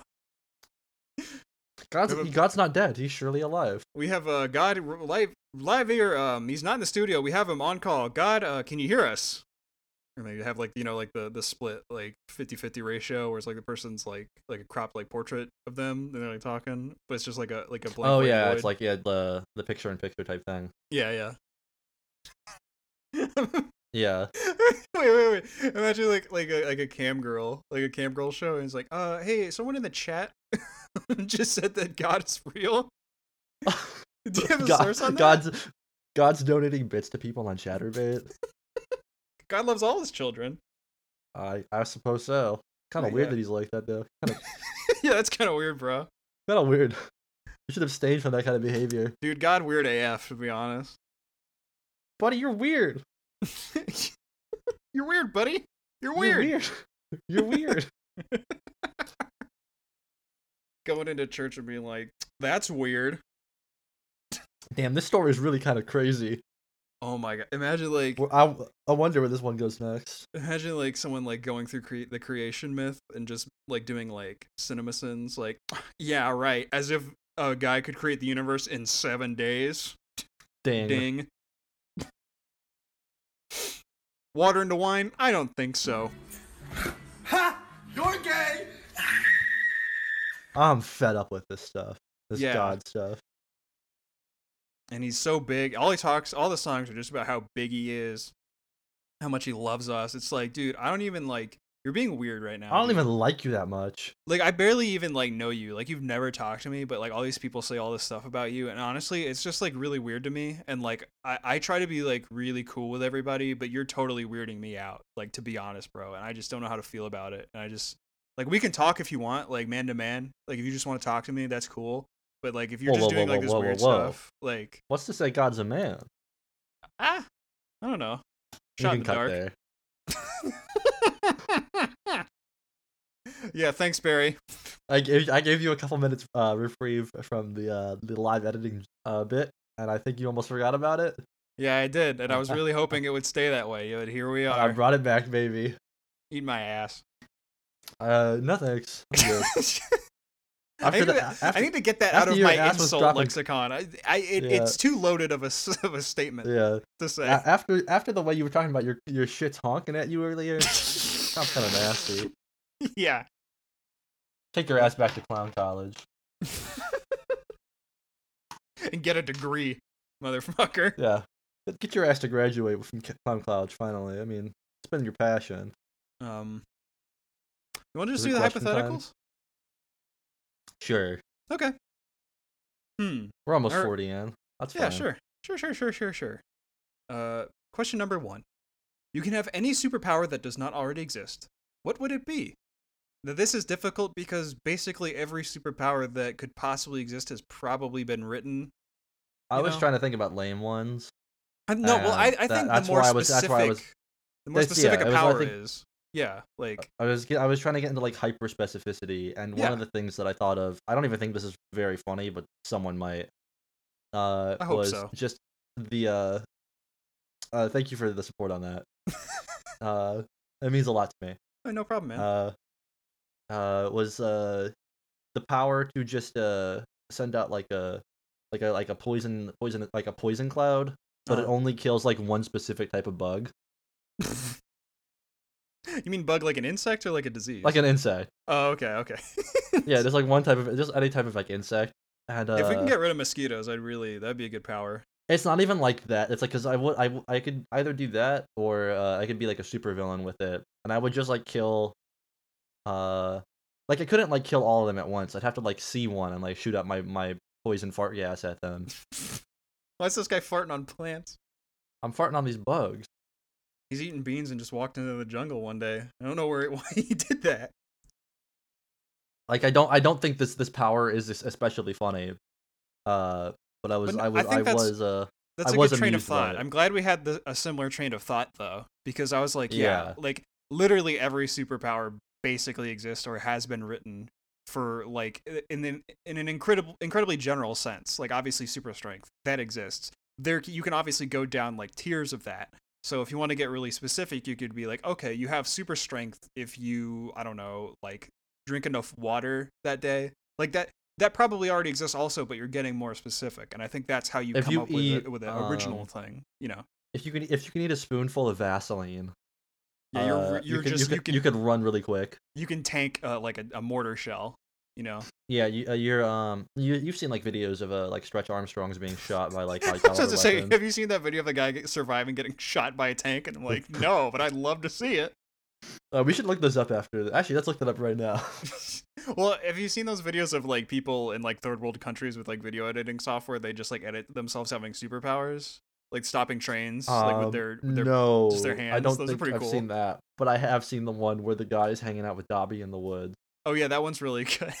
B: God's,
A: Remember-
B: God's not dead. He's surely alive.
A: we have uh God r- live live here. Um, he's not in the studio. We have him on call. God, uh, can you hear us? And they have like you know like the the split like 50-50 ratio where it's like the person's like like a cropped like portrait of them and they're like talking, but it's just like a like a blank.
B: oh
A: white
B: yeah,
A: void.
B: it's like yeah the the picture in picture type thing.
A: yeah yeah.
B: Yeah,
A: wait wait wait! Imagine like like a like a cam girl like a cam girl show and it's like uh hey someone in the chat just said that God is real. Do you have a
B: God,
A: source on that?
B: God's God's donating bits to people on ChatterBait.
A: God loves all his children.
B: I I suppose so. Kind
A: Oh,
B: of weird
A: yeah.
B: that he's like that though.
A: yeah, that's kind of weird, bro.
B: Kind of weird. You should abstain from that kind of behavior,
A: Dude, God weird AF, to be honest.
B: buddy. You're weird.
A: You're weird, buddy. You're
B: You're
A: weird.
B: weird. You're weird.
A: Going into church and being like, that's weird.
B: Damn, this story is really kind of crazy.
A: Oh my god. Imagine like
B: Well, I I wonder where this one goes next.
A: imagine like someone like going through cre- the creation myth and just like doing like cinemasins like yeah, right. As if a guy could create the universe in 7 days.
B: Dang.
A: Ding. Water into wine? I don't think so.
B: I'm fed up with this stuff. This
A: Yeah.
B: God stuff.
A: and he's so big. All he talks, all the songs are just about how big he is, how much he loves us. It's like, dude, I don't even like. You're being weird right now.
B: I don't
A: dude.
B: even like you that much.
A: like. I barely even like know you. Like you've never talked to me, but like all these people say all this stuff about you, and honestly, it's just like really weird to me. And like I, I try to be like really cool with everybody, but you're totally weirding me out. Like to be honest, bro. And I just don't know how to feel about it. And I just like we can talk if you want, like man to man. Like if you just want to talk to me, that's cool. But like if you're
B: Whoa,
A: just
B: whoa,
A: doing
B: whoa,
A: like
B: whoa,
A: this
B: whoa,
A: weird
B: whoa, whoa.
A: stuff, like
B: What's to say God's a man?
A: Ah, I don't know.
B: You
A: Shot in the
B: can cut
A: dark.
B: there.
A: yeah, thanks, Barry.
B: I gave I gave you a couple minutes uh, reprieve from the uh, the live editing uh, bit, and I think you almost forgot about it.
A: Yeah, I did, and I was really hoping it would stay that way, but here we
B: I
A: are.
B: brought it back, baby.
A: Eat my ass.
B: Uh, no thanks.
A: I,
B: I'm good. After
A: need
B: the-
A: to, I
B: after-
A: need to get that out
B: after
A: of
B: your
A: my
B: ass was
A: insult
B: dropping-
A: lexicon. I, I it,
B: Yeah.
A: it's too loaded of a s- of a statement
B: yeah. Ah.
A: to
B: A-
A: say.
B: After after the way you were talking about your your shits honking at you earlier, sounds kind of nasty.
A: yeah,
B: Take your ass back to clown college.
A: and get a degree, motherfucker.
B: Yeah. But Get your ass to graduate from c- clown college finally. I mean, it's been your passion.
A: Um, you want to just
B: Is
A: do
B: it
A: the
B: question time?
A: hypotheticals?
B: Sure.
A: Okay. Hmm.
B: We're almost
A: Or-
B: forty in. That's
A: Yeah,
B: fine.
A: sure. Sure, sure, sure, sure, sure. Uh, question number one. You can have any superpower that does not already exist. What would it be? Now, this is difficult because basically every superpower that could possibly exist has probably been written.
B: I
A: you
B: was
A: know?
B: trying to think about lame ones.
A: I, no, well, I,
B: Uh,
A: I
B: that-
A: think the
B: that's
A: more
B: why I was- that's
A: specific,
B: why I was-
A: the more
B: That's-
A: specific
B: yeah, it
A: a
B: was, I
A: power
B: think-
A: is. Yeah, like
B: I was get- I was trying to get into like hyper specificity, and one
A: Yeah.
B: of the things that I thought of, I don't even think this is very funny, but someone might. Uh,
A: I hope
B: was
A: so.
B: just the uh, uh, thank you for the support on that. uh, it means a lot to me.
A: oh, no problem, man.
B: Uh, uh, was uh, the power to just uh send out like a like a like a poison poison like a poison cloud, but it
A: Uh-huh.
B: only kills like one specific type of bug,
A: you mean bug like an insect or like a disease?
B: like an insect.
A: oh, okay, okay.
B: yeah, there's like one type of just any type of like insect. And, uh,
A: if we can get rid of mosquitoes, I'd really that'd be a good power.
B: It's not even like that. It's like because I would I, w- I could either do that or uh, I could be like a super villain with it, and I would just like kill, uh, like I couldn't like kill all of them at once. I'd have to like see one and like shoot out my my poison fart gas at them.
A: Why is this guy farting on plants?
B: I'm farting on these bugs.
A: He's eating beans and just walked into the jungle one day. I don't know where why he did that.
B: Like I don't I don't think this this power is es- especially funny, uh. But I was
A: But
B: I
A: I
B: was
A: think
B: I,
A: that's-
B: was uh
A: That's
B: I
A: a
B: was
A: good train of
B: amused by
A: thought.
B: it.
A: I'm glad we had the, a similar train of thought though, because I was like, yeah,
B: Yeah.
A: like literally every superpower basically exists or has been written for like i- in an, in an incredible incredibly general sense. Like obviously super strength that exists. There you can obviously go down like tiers of that. So if you want to get really specific, you could be like, okay, you have super strength if you I don't know, like drink enough water that day. Like that that probably already exists also, but you're getting more specific. And I think that's how you
B: If
A: come
B: you
A: up
B: eat,
A: with, a, with an original
B: um,
A: thing. You know,
B: if you can if you can eat a spoonful of Vaseline,
A: yeah, you're,
B: uh,
A: re- you're
B: you could,
A: just
B: you
A: you
B: could,
A: can,
B: you could run really quick.
A: tank uh, like a, a mortar shell. You know,
B: Yeah, you, uh, you're um, you you've seen like videos of uh, like Stretch Armstrong's being shot by like
A: I
B: high
A: was
B: caliber
A: about to say,
B: weapons.
A: have you seen that video of the guy get, surviving getting shot by a tank? And I'm like, no, but I'd love to see it.
B: Uh, we should look those up after. th- Actually, let's look that up right now.
A: well, have you seen those videos of like people in like third world countries with like video editing software? They just like edit themselves having superpowers, like stopping trains, like
B: Um,
A: with their, with their
B: no,
A: their
B: I
A: hands,
B: don't
A: those are
B: think
A: pretty
B: I've
A: cool.
B: seen that, but I have seen the one where the guy is hanging out with Dobby in the woods.
A: Oh yeah, that one's really good.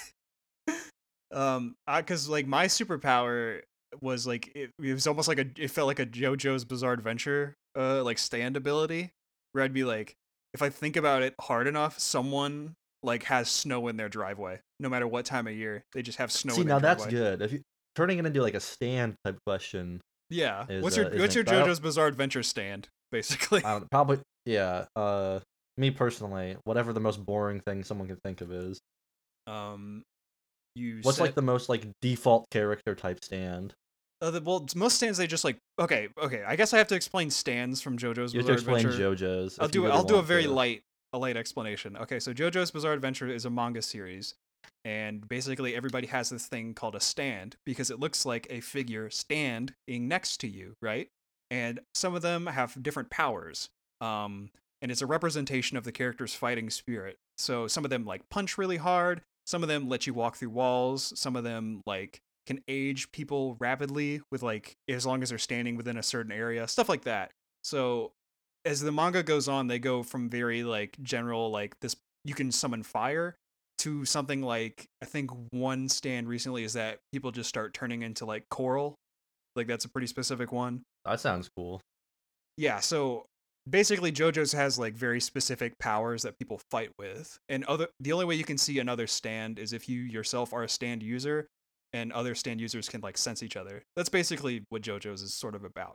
A: um, because like my superpower was like it, it was almost like a it felt like a JoJo's Bizarre Adventure uh like stand ability where I'd be like if I think about it hard enough, someone like has snow in their driveway no matter what time of year they just have snow.
B: See,
A: in
B: now
A: their
B: that's
A: driveway.
B: good. If you turning it into like a stand type question,
A: Yeah.
B: is,
A: what's
B: uh,
A: your
B: is
A: what's
B: an
A: your
B: exile.
A: JoJo's Bizarre Adventure stand basically?
B: I don't probably yeah. Uh, me personally, whatever the most boring thing someone can think of is.
A: Um, you
B: What's
A: said,
B: like the most like default character type stand?
A: Uh, the, well, most stands they just like okay, okay. I guess I have to explain stands from JoJo's
B: You have to
A: Bizarre
B: explain
A: Adventure.
B: JoJo's.
A: I'll
B: if you
A: do.
B: really
A: I'll do a
B: want
A: very
B: to.
A: light, a light explanation. Okay, so JoJo's Bizarre Adventure is a manga series, and basically everybody has this thing called a stand because it looks like a figure standing next to you, right? And some of them have different powers. Um, and it's a representation of the character's fighting spirit. So some of them like punch really hard. Some of them let you walk through walls. Some of them like can age people rapidly with like as long as they're standing within a certain area, stuff like that. So as the manga goes on, they go from very like general like this you can summon fire to something like I think one stand recently is that people just start turning into like coral. Like that's a pretty specific one.
B: That sounds cool.
A: Yeah, so basically JoJo's has like very specific powers that people fight with. And other the only way you can see another stand is if you yourself are a stand user and other stand users can like sense each other. That's basically what JoJo's is sort of about.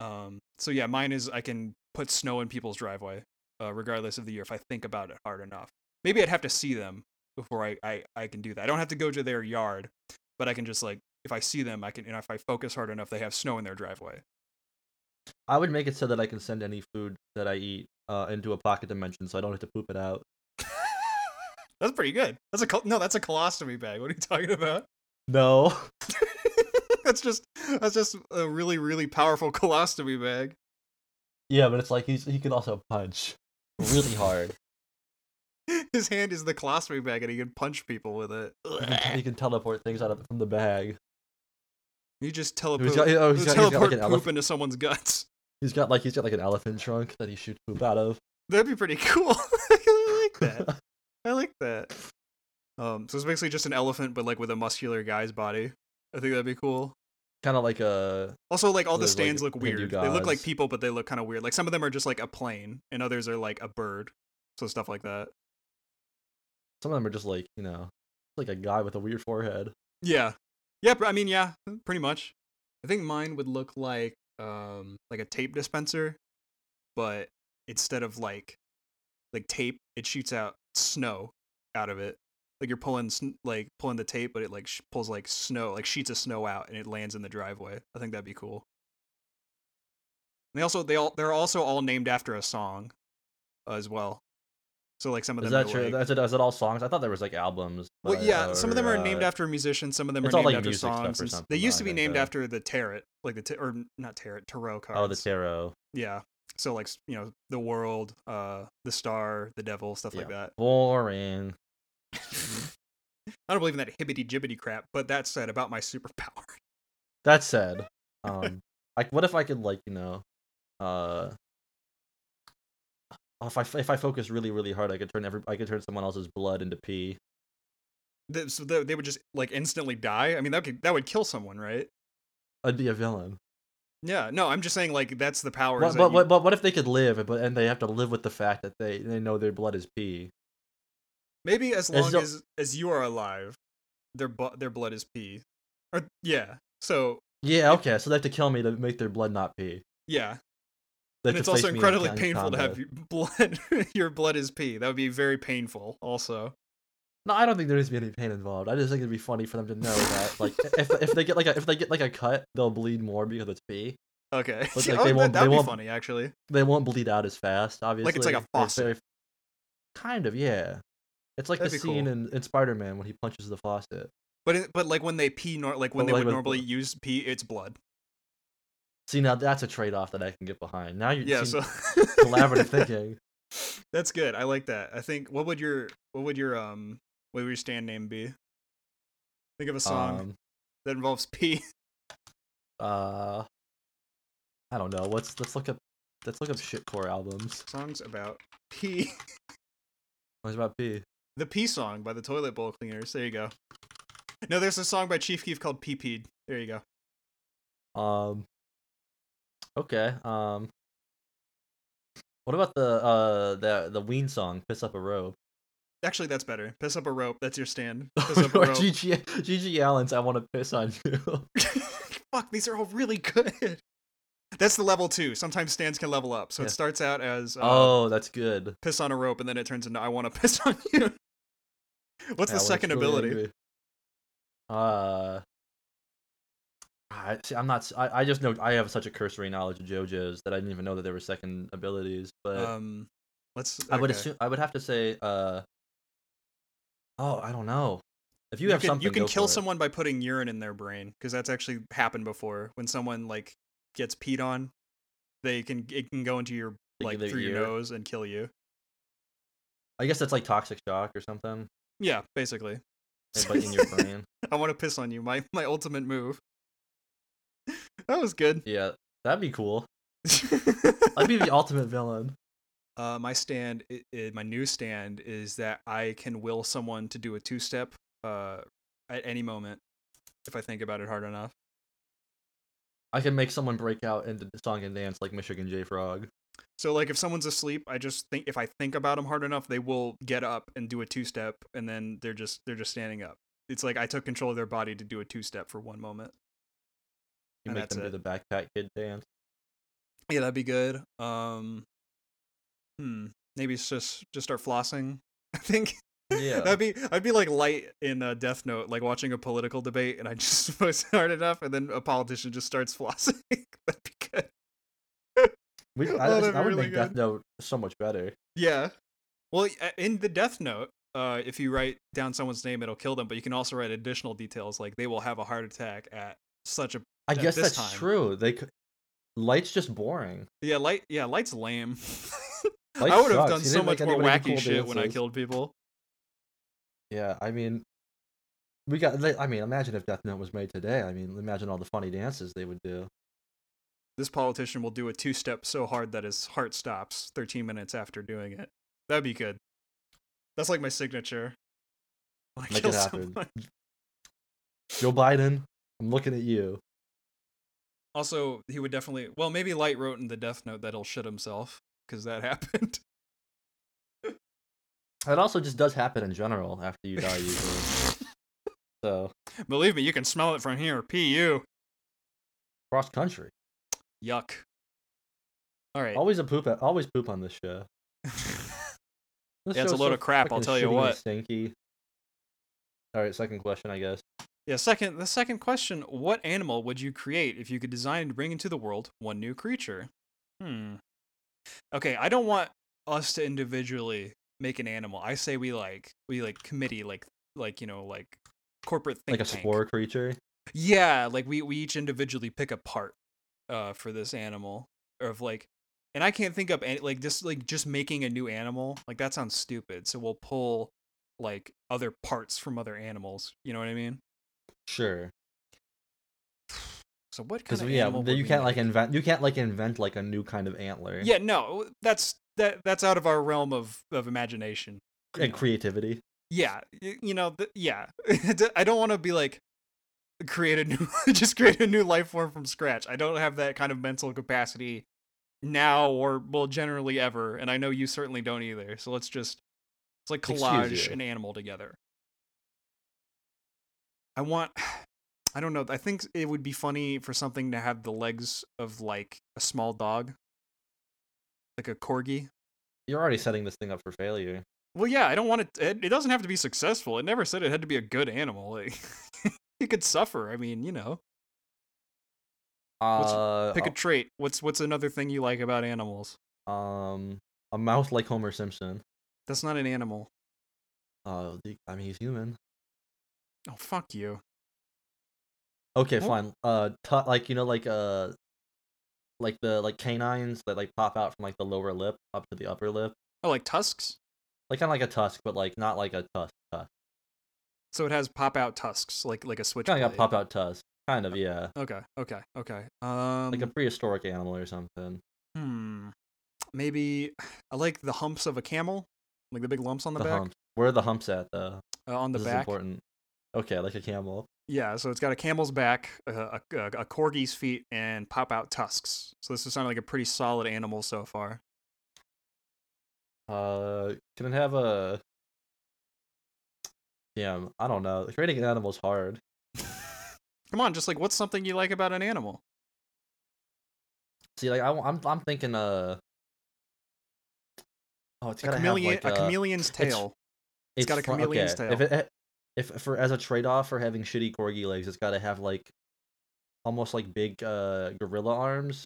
A: Um so yeah, mine is I can put snow in people's driveway uh, regardless of the year if I think about it hard enough. Maybe I'd have to see them before I, I I can do that. I don't have to go to their yard, but I can just like if I see them, I can and if I focus hard enough, they have snow in their driveway.
B: I would make it so that I can send any food that I eat uh, into a pocket dimension, so I don't have to poop it out.
A: That's pretty good. That's a col- no. That's a colostomy bag. What are you talking about?
B: No,
A: that's just that's just a really really powerful colostomy bag.
B: yeah, but it's like he's he can also punch really hard.
A: His hand is the colostomy bag, and he can punch people with it.
B: He can, he can teleport things out of from the bag.
A: You just teleport,
B: He's got- oh,
A: you
B: he's got- he's got like
A: teleport
B: an
A: poop
B: elephant-
A: into someone's guts.
B: He's got like he's got like an elephant trunk that he shoots poop out of.
A: That'd be pretty cool. I like that. I like that. Um, so it's basically just an elephant, but like with a muscular guy's body. I think that'd be cool.
B: kind of like uh, a
A: Also, like all the
B: Those, like,
A: stands look
B: Hindu
A: weird. They look like
B: gods.
A: people, but they look kind of weird. Like some of them are just like a plane, and others are like a bird. So stuff like that.
B: some of them are just like you know like a guy with a weird forehead.
A: Yeah. Yeah, pr- I mean, yeah, hmm, pretty much. I think mine would look like um like a tape dispenser, but instead of like like tape, it shoots out snow out of it. Like you're pulling sn- like pulling the tape, but it like sh- pulls like snow, like sheets of snow out, and it lands in the driveway. I think that'd be cool. And they also they all they're also all named after a song, as well. So like some of
B: Is
A: them
B: that
A: are,
B: true?
A: like-
B: Is it, is it all songs? I thought there was like albums.
A: well,
B: by-
A: yeah, some of them are
B: or,
A: named
B: uh,
A: after musicians. Some of them are
B: it's all,
A: named
B: like,
A: after
B: music stuff
A: songs.
B: or
A: and s-
B: something,
A: They used
B: I
A: to be
B: think,
A: named
B: though.
A: after the tarot, like the ta- or n- not tarot, tarot cards.
B: Oh, the tarot.
A: Yeah. So like s- you know, the world, uh, the star, the devil, stuff like that.
B: Boring.
A: I don't believe in that hibbity jibbity crap. But that said, about my superpower,
B: That said, um, like, what if I could like you know, uh, oh, if I f- if I focus really really hard, I could turn every I could turn someone else's blood into pee.
A: Th- so they, they would just like instantly die. I mean, that could, that would kill someone, right?
B: I'd be a villain.
A: Yeah. No, I'm just saying like that's the power. is
B: What,
A: that
B: but
A: you-
B: what, but what if they could live, but and they have to live with the fact that they they know their blood is pee.
A: Maybe as
B: As
A: long
B: lo-
A: as as you are alive, their bu- their blood is pee. Or yeah. So
B: Yeah, okay, so they have to kill me to make their blood not pee.
A: yeah.
B: They
A: and
B: have to
A: it's also
B: place me in
A: incredibly
B: con-
A: painful to have
B: combat.
A: your blood. your blood is pee. That would be very painful. Also,
B: No, I don't think there needs to be any pain involved. I just think it'd be funny for them to know that, like, if if they get like a if they get like a cut, they'll bleed more because it's pee.
A: okay.
B: But,
A: Yeah,
B: like,
A: oh,
B: they
A: that-
B: won't-
A: that'd
B: they
A: be
B: won't-
A: funny, actually.
B: They won't bleed out as fast, obviously.
A: it's like a
B: They're
A: faucet.
B: very- Kind of, yeah. It's like
A: That'd
B: the
A: be cool.
B: scene in, in Spider Man when he punches the faucet.
A: But it, but like when they pee, nor- like when
B: But,
A: they
B: like,
A: would
B: with
A: normally
B: blood.
A: use pee, it's blood.
B: See, now that's a trade off that I can get behind. Now you're
A: Yeah. So
B: see, collaborative thinking.
A: That's good. I like that. I think. What would your what would your um what would your stand name be? Think of a song
B: Um,
A: that involves pee.
B: uh, I don't know. Let's let's look up let's look up shitcore albums.
A: Songs about pee.
B: What's about P?
A: The pee song by the Toilet Bowl Cleaners. There you go. No, there's a song by Chief Keef called Pee Peed. There you go.
B: Um. Okay. Um. What about the uh the the Ween song "Piss Up a Rope"?
A: Actually, that's better. Piss up a rope. That's your stand. Piss up a
B: or
A: rope.
B: Gigi Gigi Allen's "I Want to Piss on You."
A: Fuck, these are all really good. That's the level two. Sometimes stands can level up. So
B: Yeah.
A: it starts out as uh,
B: oh, that's good.
A: piss on a rope, and then it turns into I want to piss on you. What's
B: Yeah,
A: the
B: when it's
A: second
B: really
A: ability?
B: angry. Uh. ah, I, see, I'm not. s- I, I just know I have such a cursory knowledge of JoJo's that I didn't even know that there were second abilities. But
A: Um, let's.
B: I would
A: okay.
B: assume I would have to say. uh Oh, I don't know. If you,
A: you
B: have
A: can,
B: something,
A: you can
B: go
A: kill
B: for it.
A: someone by putting urine in their brain because that's actually happened before when someone like gets peed on they can it can go into your
B: They
A: like
B: give it
A: through your
B: ear.
A: nose and kill you
B: I guess that's like toxic shock or something,
A: yeah basically
B: and, but in your brain.
A: i want to piss on you my my ultimate move that was good
B: Yeah, that'd be cool. I'd be the ultimate villain.
A: uh, my stand i i- my new stand is that i can will someone to do a two-step uh at any moment if i think about it hard enough
B: I can make someone break out into song and dance like Michigan J Frog.
A: So like if someone's asleep, I just think if I think about them hard enough, they will get up and do a two step, and then they're just they're just standing up. It's like I took control of their body to do a two step for one moment.
B: You
A: And
B: make
A: that's
B: them
A: it.
B: do the backpack kid dance.
A: Yeah, that'd be good. Um, hmm, maybe it's just just start flossing. I think.
B: Yeah.
A: That'd be I'd be like light in uh, Death Note, like watching a political debate, and I just focus hard enough, and then a politician just starts flossing. that'd be good.
B: We,
A: Oh,
B: I,
A: that'd be
B: I would
A: really
B: make Death
A: good.
B: Note so much better.
A: Yeah. Well, y- uh, in the death note, uh, if you write down someone's name, it'll kill them. But you can also write additional details, like they will have a heart attack at such a
B: I
A: At
B: guess
A: this
B: that's
A: time.
B: true. They could. Light's just boring.
A: yeah light yeah light's lame.
B: Light
A: I would have
B: sucks.
A: done
B: He
A: so
B: didn't
A: much
B: make
A: more
B: anybody
A: wacky
B: do cool
A: shit when I
B: dances.
A: killed people.
B: Yeah, I mean, we got. like, I mean, imagine if Death Note was made today. I mean, imagine all the funny dances they would do.
A: This politician will do a two step so hard that his heart stops 13 minutes after doing it. That'd be good. That's like my signature. When I
B: Make
A: kill
B: it happen.
A: someone.
B: Joe Biden, I'm looking at you.
A: Also, he would definitely. Well, maybe Light wrote in the death note that he'll shit himself because that happened.
B: That also just does happen in general after you die, usually. so
A: Believe me, you can smell it from here. Pu.
B: cross country,
A: Yuck. All right.
B: always a poop. Always poop on this show. This
A: Yeah, it's a
B: show's
A: load
B: so
A: of crap, I'll
B: frickin'
A: tell you
B: shitty and
A: what.
B: Stinky. All right, second question, I guess.
A: yeah. Second, the second question: What animal would you create if you could design and bring into the world one new creature? Hmm. Okay, I don't want us to individually make an animal. I say we like we like committee like like you know like corporate think
B: like a
A: tank.
B: spore creature.
A: Yeah, like we we each individually pick a part uh for this animal or of like and I can't think up any like just like just making a new animal. Like that sounds stupid. So we'll pull like other parts from other animals. You know what I mean?
B: Sure,
A: So what kind
B: because
A: of
B: yeah,
A: animal
B: the-
A: would
B: you
A: we
B: can't
A: make?
B: like invent. You can't like invent like a new kind of antler.
A: Yeah, no. That's that that's out of our realm of of imagination.
B: and creativity.
A: Yeah, y- you know, th- yeah. I don't want to be like create a new just create a new life form from scratch. I don't have that kind of mental capacity now or well generally ever, and I know you certainly don't either. So let's just it's like
B: Excuse
A: collage
B: you.
A: an animal together. I want I don't know. I think it would be funny for something to have the legs of like a small dog. Like a corgi.
B: You're already setting this thing up for failure.
A: Well, yeah, I don't want it, it. It doesn't have to be successful. It never said it had to be a good animal. Like, it could suffer. I mean, you know, What's-
B: Uh,
A: pick a trait. What's what's another thing you like about animals?
B: um, a mouth like Homer Simpson.
A: That's not an animal.
B: Uh, the- I mean, he's human.
A: Oh, fuck you.
B: Okay,
A: What?
B: fine. Uh, tu like you know, like uh, like the like canines that like pop out from like the lower lip up to the upper lip,
A: Oh, like tusks.
B: like kind of like a tusk, but like not like a tusk tusk.
A: So it has pop out tusks, like like a switchblade.
B: Kind of like a Oh, pop out tusk, kind of yeah,
A: Okay, okay, okay. Uh, Um,
B: like a prehistoric animal or something.
A: hmm. Maybe I like the humps of a camel, like the big lumps on the,
B: The,
A: back.
B: humps. Where are the humps at though?
A: Uh, on the
B: this is
A: back.
B: important. Okay, like a camel.
A: Yeah, so it's got a camel's back, a, a, a a corgi's feet, and pop out tusks. So this is sounding like a pretty solid animal so far.
B: Uh, can it have a? Damn, I don't know. Creating an animal's hard.
A: Come on, just like what's something you like about an animal?
B: See, like I, am I'm thinking, uh, oh, it's
A: A
B: gotta
A: chameleon,
B: have like
A: a chameleon's
B: it's-
A: tail.
B: it's
A: got a
B: fr-
A: chameleon's
B: eh, If, it, if for as a trade off for having shitty corgi legs, it's gotta have like almost like big uh gorilla arms,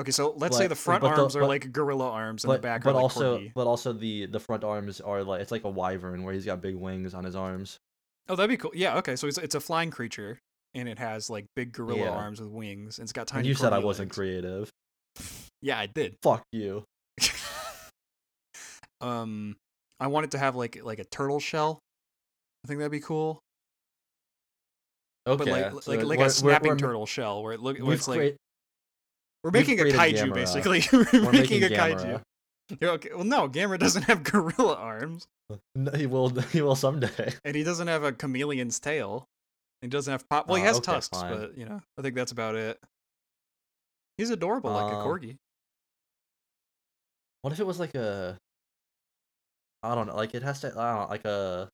A: Okay, so let's say
B: But-
A: the front
B: uh, but the-
A: arms are
B: but-
A: like gorilla arms, and the
B: but
A: back
B: but
A: are like
B: also
A: corgi.
B: but also the the front arms are like it's like a wyvern where he's got big wings on his arms.
A: Oh, that'd be cool. Yeah. Okay, so it's it's a flying creature, and it has like big gorilla
B: Yeah.
A: arms with wings, and it's got
B: And
A: tiny.
B: you said I
A: corgi
B: wasn't
A: legs.
B: creative.
A: Yeah, I did.
B: Fuck you.
A: um, I wanted to have like like a turtle shell. I think that'd be cool.
B: Okay,
A: But like
B: so
A: like,
B: we're-
A: like
B: we're-
A: a snapping
B: we're-
A: turtle shell where it look where
B: we've
A: it's like
B: create-
A: we're
B: we've
A: making a
B: created
A: kaiju
B: Gamera.
A: basically. we're,
B: we're
A: making, a
B: Gamera.
A: kaiju. Yeah, okay. Well, no, Gamera doesn't have gorilla arms,
B: No, he will. He will someday.
A: and he doesn't have a chameleon's tail. He doesn't have pop. Well, he
B: Oh,
A: has
B: okay,
A: tusks,
B: fine.
A: but you know, I think that's about it. He's adorable, like a
B: Um,
A: corgi.
B: What if it was like a? I don't know. Like it has to. I don't know, like a.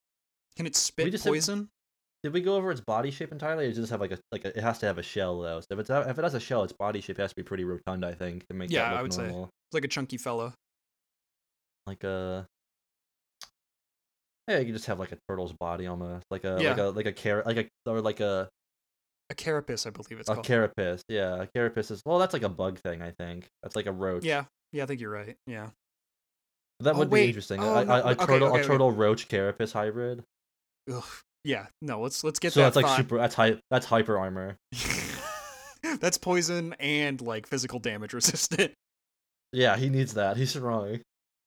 A: Can it spit
B: just have-
A: poison?
B: Did we go over its body shape entirely, or does it just have like a like a, it has to have a shell though? So if it's if it has a shell, its body shape has to be pretty rotund, I think, to make
A: Yeah,
B: that
A: I
B: look
A: would say.
B: normal.
A: It's like a chunky fellow.
B: Like a. Yeah, you could just have like a turtle's body almost, like a like
A: Yeah.
B: a like a carrot, like a or like a
A: A carapace, I believe it's
B: a
A: called.
B: carapace. Yeah, a carapace is well, that's like a bug thing, I think. That's like a roach.
A: yeah, yeah, I think you're right. Yeah.
B: that
A: Oh,
B: would
A: wait.
B: be interesting.
A: Oh,
B: a,
A: no,
B: a, a
A: okay,
B: turtle,
A: okay,
B: a
A: okay.
B: turtle roach carapace hybrid.
A: Ugh. Yeah. No, let's let's get
B: so
A: that.
B: that's like
A: thought.
B: super. That's hy- That's hyper armor.
A: That's poison and like physical damage resistant.
B: Yeah, he needs that. He's strong.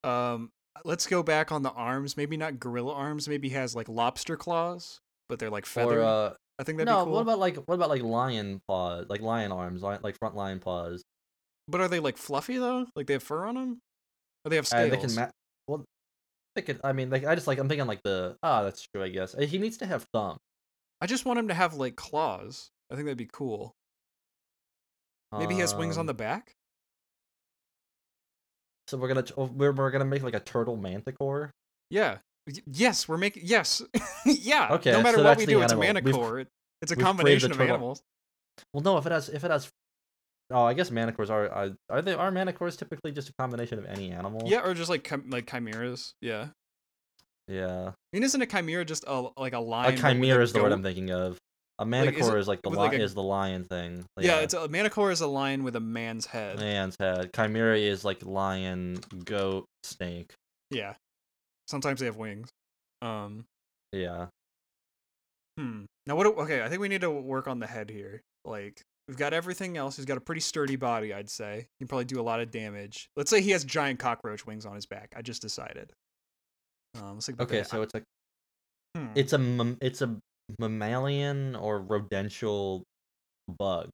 A: Um, let's go back on the arms. Maybe not gorilla arms. Maybe he has like lobster claws, but they're like feathered.
B: Or uh,
A: I think that'd
B: no,
A: be cool.
B: what about like what about like lion paws, like lion arms, li- like front lion paws?
A: but are they like fluffy though? Like they have fur on them? Or they have
B: Uh,
A: scales?
B: they can ma- well, they could. I mean, like I just like I'm thinking like the ah, that's true. I guess Uh, he needs to have thumb.
A: I just want him to have like claws. I think that'd be cool. Maybe he has wings on
B: Um,
A: the back.
B: So we're gonna t- oh, we're, we're gonna make like a turtle manticore.
A: Yeah. Y- yes, we're making yes. yeah.
B: Okay,
A: No matter
B: so
A: what
B: that's
A: we
B: the
A: do, it's a
B: animal. We've-
A: manicore. It- It's a
B: we've created
A: combination
B: a
A: of
B: turtle.
A: animals.
B: Well, no, if it has if it has. Oh, I guess manticores are are, are they are manticores typically just a combination of any animal?
A: Yeah, or just like chim- like chimeras. Yeah. I
B: Yeah.
A: mean, isn't a chimera just a like a
B: A
A: lion? but with
B: chimera is the word
A: goat?
B: I'm thinking of. A
A: Like, is
B: manticore
A: it-
B: is, like the
A: with,
B: li-
A: like, a-
B: is the lion thing.
A: Yeah, it's a a manicore is a lion with a man's head.
B: man's head. Chimera is like lion, goat, snake.
A: Yeah. Sometimes they have wings. Um.
B: Yeah.
A: Hmm. Now what? do- Okay, I think we need to work on the head here. Like we've got everything else. He's got a pretty sturdy body, I'd say. He can probably do a lot of damage. Let's say he has giant cockroach wings on his back. I just decided. Um, let's think about
B: Okay,
A: that.
B: so it's a
A: Hmm.
B: it's a mam- it's a mammalian or rodential bug.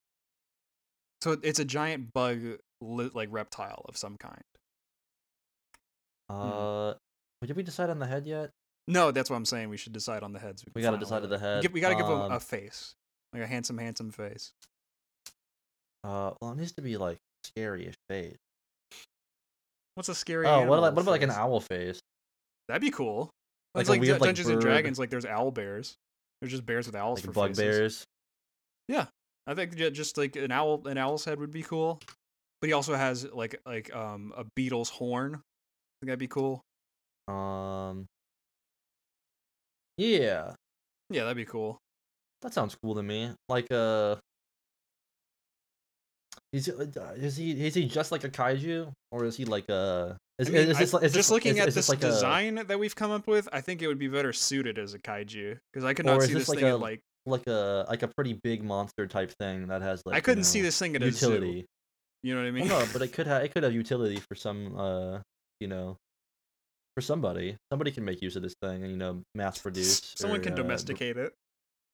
A: So it- it's a giant bug, li- like reptile of some kind.
B: Uh,
A: Mm-hmm.
B: did we decide on the head yet?
A: No, that's what I'm saying. We should decide on the heads.
B: We gotta
A: finally.
B: decide on the
A: We,
B: head.
A: gi- we gotta give him
B: Um,
A: a face, like a handsome, handsome face.
B: Uh, well, it needs to be like scary as face.
A: What's a scary?
B: Oh, what,
A: animal
B: about- what about like an
A: face?
B: owl face?
A: That'd be cool.
B: Like
A: It's
B: a
A: like,
B: weird,
A: Dun-
B: like,
A: Dungeons and
B: bird.
A: Dragons. Like there's owl bears. There's just bears with owls
B: Like
A: for
B: bug
A: faces.
B: bears.
A: I think ju- just like an owl, an owl's head would be cool. But he also has like like um a beetle's horn. I think that'd be cool.
B: Um. Yeah,
A: Yeah, that'd be cool.
B: that sounds cool to me. Like uh. Is it- uh, is he is he just like a kaiju or is he like a is,
A: I mean,
B: is
A: I-
B: this like is
A: just
B: this,
A: looking
B: is,
A: at
B: is
A: this
B: like a-
A: design that we've come up with, I think it would be better suited as a kaiju because I could
B: Or
A: not
B: is
A: see
B: this
A: this
B: like
A: thing
B: a-
A: at like
B: like a like a pretty big monster type thing that has like
A: I
B: you
A: couldn't see
B: know,
A: this thing at a zoo.
B: utility.
A: You know what I mean?
B: Well, no, but it could have it could have utility for some uh you know for somebody somebody can make use of this thing and you know mass produce.
A: Someone
B: or,
A: can
B: uh, br-
A: domesticate it.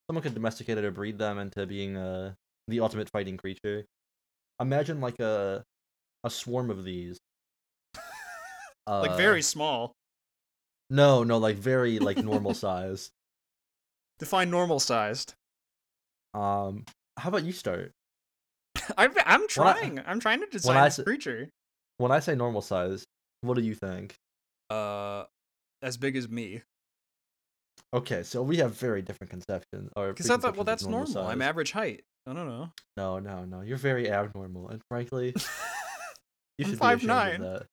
B: someone could domesticate it or breed them into being uh, the ultimate fighting creature. Imagine like a a swarm of these.
A: Like
B: Uh,
A: very small.
B: no no like very like normal size.
A: Define normal sized.
B: Um, how about you start?
A: I'm I'm
B: I-
A: trying. I'm trying to design
B: I
A: this
B: s-
A: creature.
B: When I say normal size, what do you think?
A: Uh, as big as me.
B: Okay, so we have very different conceptions.
A: Because I thought, well, that's normal. I'm average height. I don't know.
B: No, no, no. You're very abnormal, and frankly, you
A: I'm
B: should be ashamed
A: 5'9".
B: of that.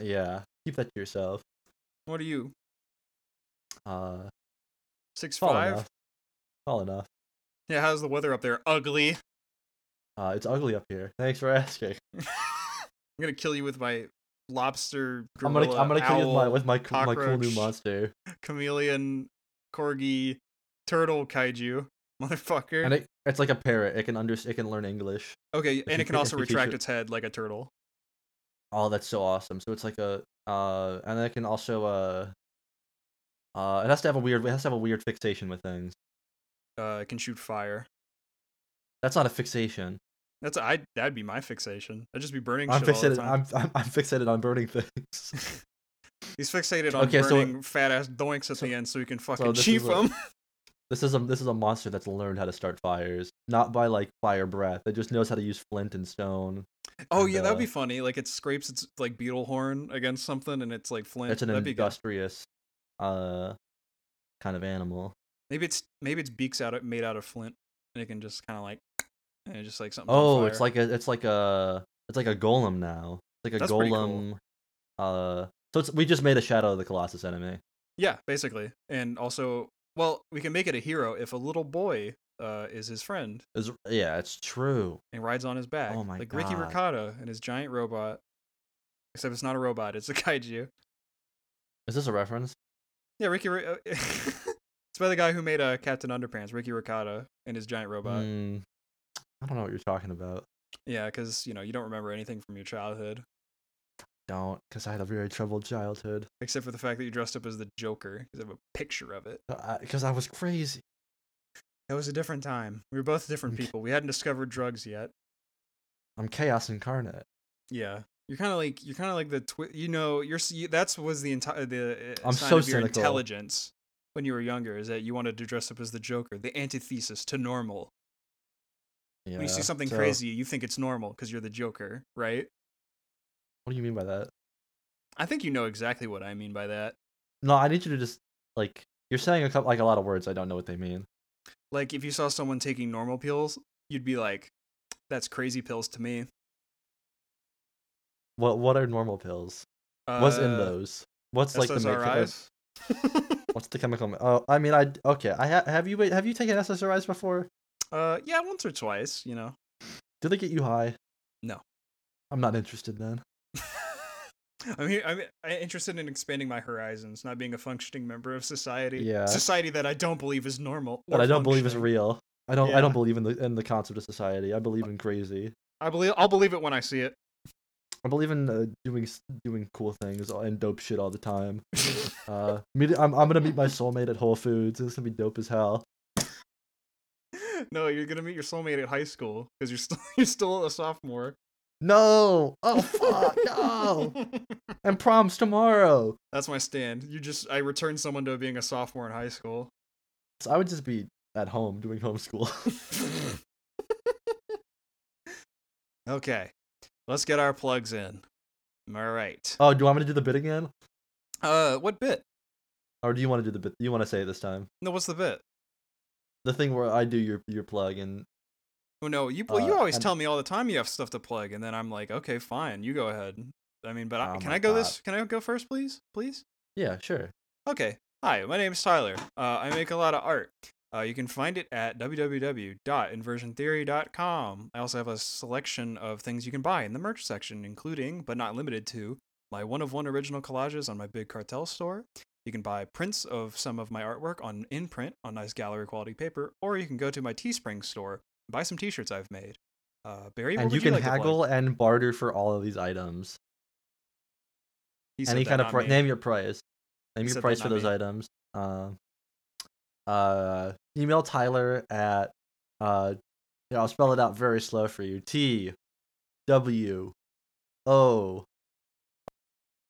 B: Yeah, keep that to yourself.
A: What are you?
B: Uh,
A: Six
B: tall
A: five.
B: enough. Tall enough.
A: Yeah, how's the weather up there? Ugly.
B: Uh, it's ugly up here. Thanks for asking.
A: I'm gonna kill you with my lobster.
B: I'm gonna
A: gorilla,
B: I'm gonna kill you with my
A: owl,
B: with my, co- my cool new
A: cockroach.
B: monster.
A: chameleon, corgi, turtle, kaiju, motherfucker.
B: And it, it's like a parrot. It can under it can learn English.
A: okay, and
B: you
A: it can
B: fe-
A: also
B: if you
A: retract
B: feature-
A: its head like a turtle.
B: Oh, that's so awesome. So it's like a uh, and then it can also uh, uh, it has to have a weird it has to have a weird fixation with things.
A: Uh, it can shoot fire.
B: That's not a fixation.
A: That's I. That'd be my fixation. I'd just be burning
B: I'm
A: shit all the
B: fixated.
A: time.
B: I'm, I'm I'm fixated on burning things.
A: He's fixated on
B: Okay, so-
A: burning fat ass doinks at
B: so-
A: the end so he can fucking
B: this is
A: chief
B: what-
A: 'em.
B: This is a this is a monster that's learned how to start fires, not by like fire breath. It just knows how to use flint and stone.
A: Oh
B: and,
A: yeah, that'd
B: uh,
A: be funny. Like it scrapes its like beetle horn against something and it's like flint.
B: It's an
A: that'd be good.
B: industrious, uh, kind of animal.
A: Maybe it's maybe its beaks out of, made out of flint and it can just kind of like and it just like something.
B: Oh, it's like a it's like a it's like a golem now. It's like a
A: That's pretty
B: golem.
A: cool.
B: Uh, so it's, we just made a Shadow of the Colossus enemy.
A: yeah, basically. And also, well, we can make it a hero if a little boy uh, is his friend
B: Is yeah, it's true.
A: and rides on his back.
B: Oh my
A: like Ricky
B: God.
A: Ricotta and his giant robot. Except it's not a robot; it's a kaiju.
B: Is this a reference?
A: Yeah, Ricky. Ri- uh, it's by the guy who made uh, Captain Underpants, Ricky Ricotta, and his giant robot.
B: Hmm, I don't know what you're talking about.
A: Yeah, because you know you don't remember anything from your childhood
B: Don't, because I had a very troubled childhood.
A: except for the fact that you dressed up as the Joker. Because I have a picture of it.
B: Because I was crazy.
A: That was a different time. We were both different
B: Okay.
A: people. We hadn't discovered drugs yet.
B: I'm chaos incarnate.
A: Yeah, you're kind of like you're kind of like the twi- you know you're s- you, that's was the entire the uh,
B: I'm
A: sign
B: so
A: of your
B: cynical.
A: intelligence when you were younger is that you wanted to dress up as the Joker, the antithesis to normal.
B: Yeah.
A: when you see something
B: so-
A: crazy, you think it's normal because you're the Joker, right?
B: What do you mean by that?
A: I think you know exactly what I mean by that.
B: No, I need you to just like you're saying a couple like a lot of words. I don't know what they mean.
A: Like if you saw someone taking normal pills, you'd be like, "That's crazy pills to me."
B: What What are normal pills?
A: Uh,
B: What's in those? What's like the make- uh,
A: SSRIs?
B: What's the chemical? ma- Oh, I mean, I okay. I ha- have you have you taken SSRIs before?
A: Uh, yeah, once or twice, you know.
B: Do they get you high?
A: No.
B: I'm not interested then.
A: I'm here, I'm I'm interested in expanding my horizons, not being a functioning member of society.
B: Yeah.
A: Society that I don't believe is normal.
B: But
A: or
B: I don't believe it's
A: functioning.
B: real. I don't. I don't
A: Yeah.
B: believe in the in the concept of society. I believe in crazy.
A: I believe I'll believe it when I see it.
B: I believe in uh, doing s- doing cool things and dope shit all the time. Uh, meet, I'm I'm gonna meet my soulmate at Whole Foods. It's gonna be dope as hell.
A: no, you're gonna meet your soulmate at high school because you're still you're still a sophomore.
B: No. Oh fuck no. And prom's tomorrow.
A: That's my stand. You just I returned someone to being a sophomore in high school.
B: So I would just be at home doing homeschool.
A: okay, let's get our plugs in. All right.
B: oh, do you want me to do the bit again,
A: Uh, what bit?
B: or do you want to do the bit? You want to say it this time?
A: No, what's the bit?
B: The thing where I do your your plug and
A: Oh no, you well, you
B: Uh,
A: always
B: and-
A: tell me all the time you have stuff to plug, and then I'm like, okay, fine, you go ahead. I mean, but I,
B: Oh
A: can
B: my
A: I go this? Can I go first, please? Please.
B: yeah, sure.
A: Okay. Hi, my name's Tyler. Uh, I make a lot of art. Uh, you can find it at www.inversiontheory.com. I also have a selection of things you can buy in the merch section, including, but not limited to, my one of one original collages on my Big Cartel store. You can buy prints of some of my artwork on in print on nice gallery quality paper, or you can go to my Teespring store and buy some t shirts I've made. Uh, Barry, what
B: and
A: would
B: you can
A: like to plug?
B: haggle and barter for all of these items.
A: He said
B: Any
A: that,
B: kind of
A: not
B: pri-
A: me.
B: name your price. Name
A: said
B: your
A: that,
B: price for
A: not
B: those
A: me.
B: items. Uh, uh, email Tyler at uh, here, I'll spell it out very slow for you. T W O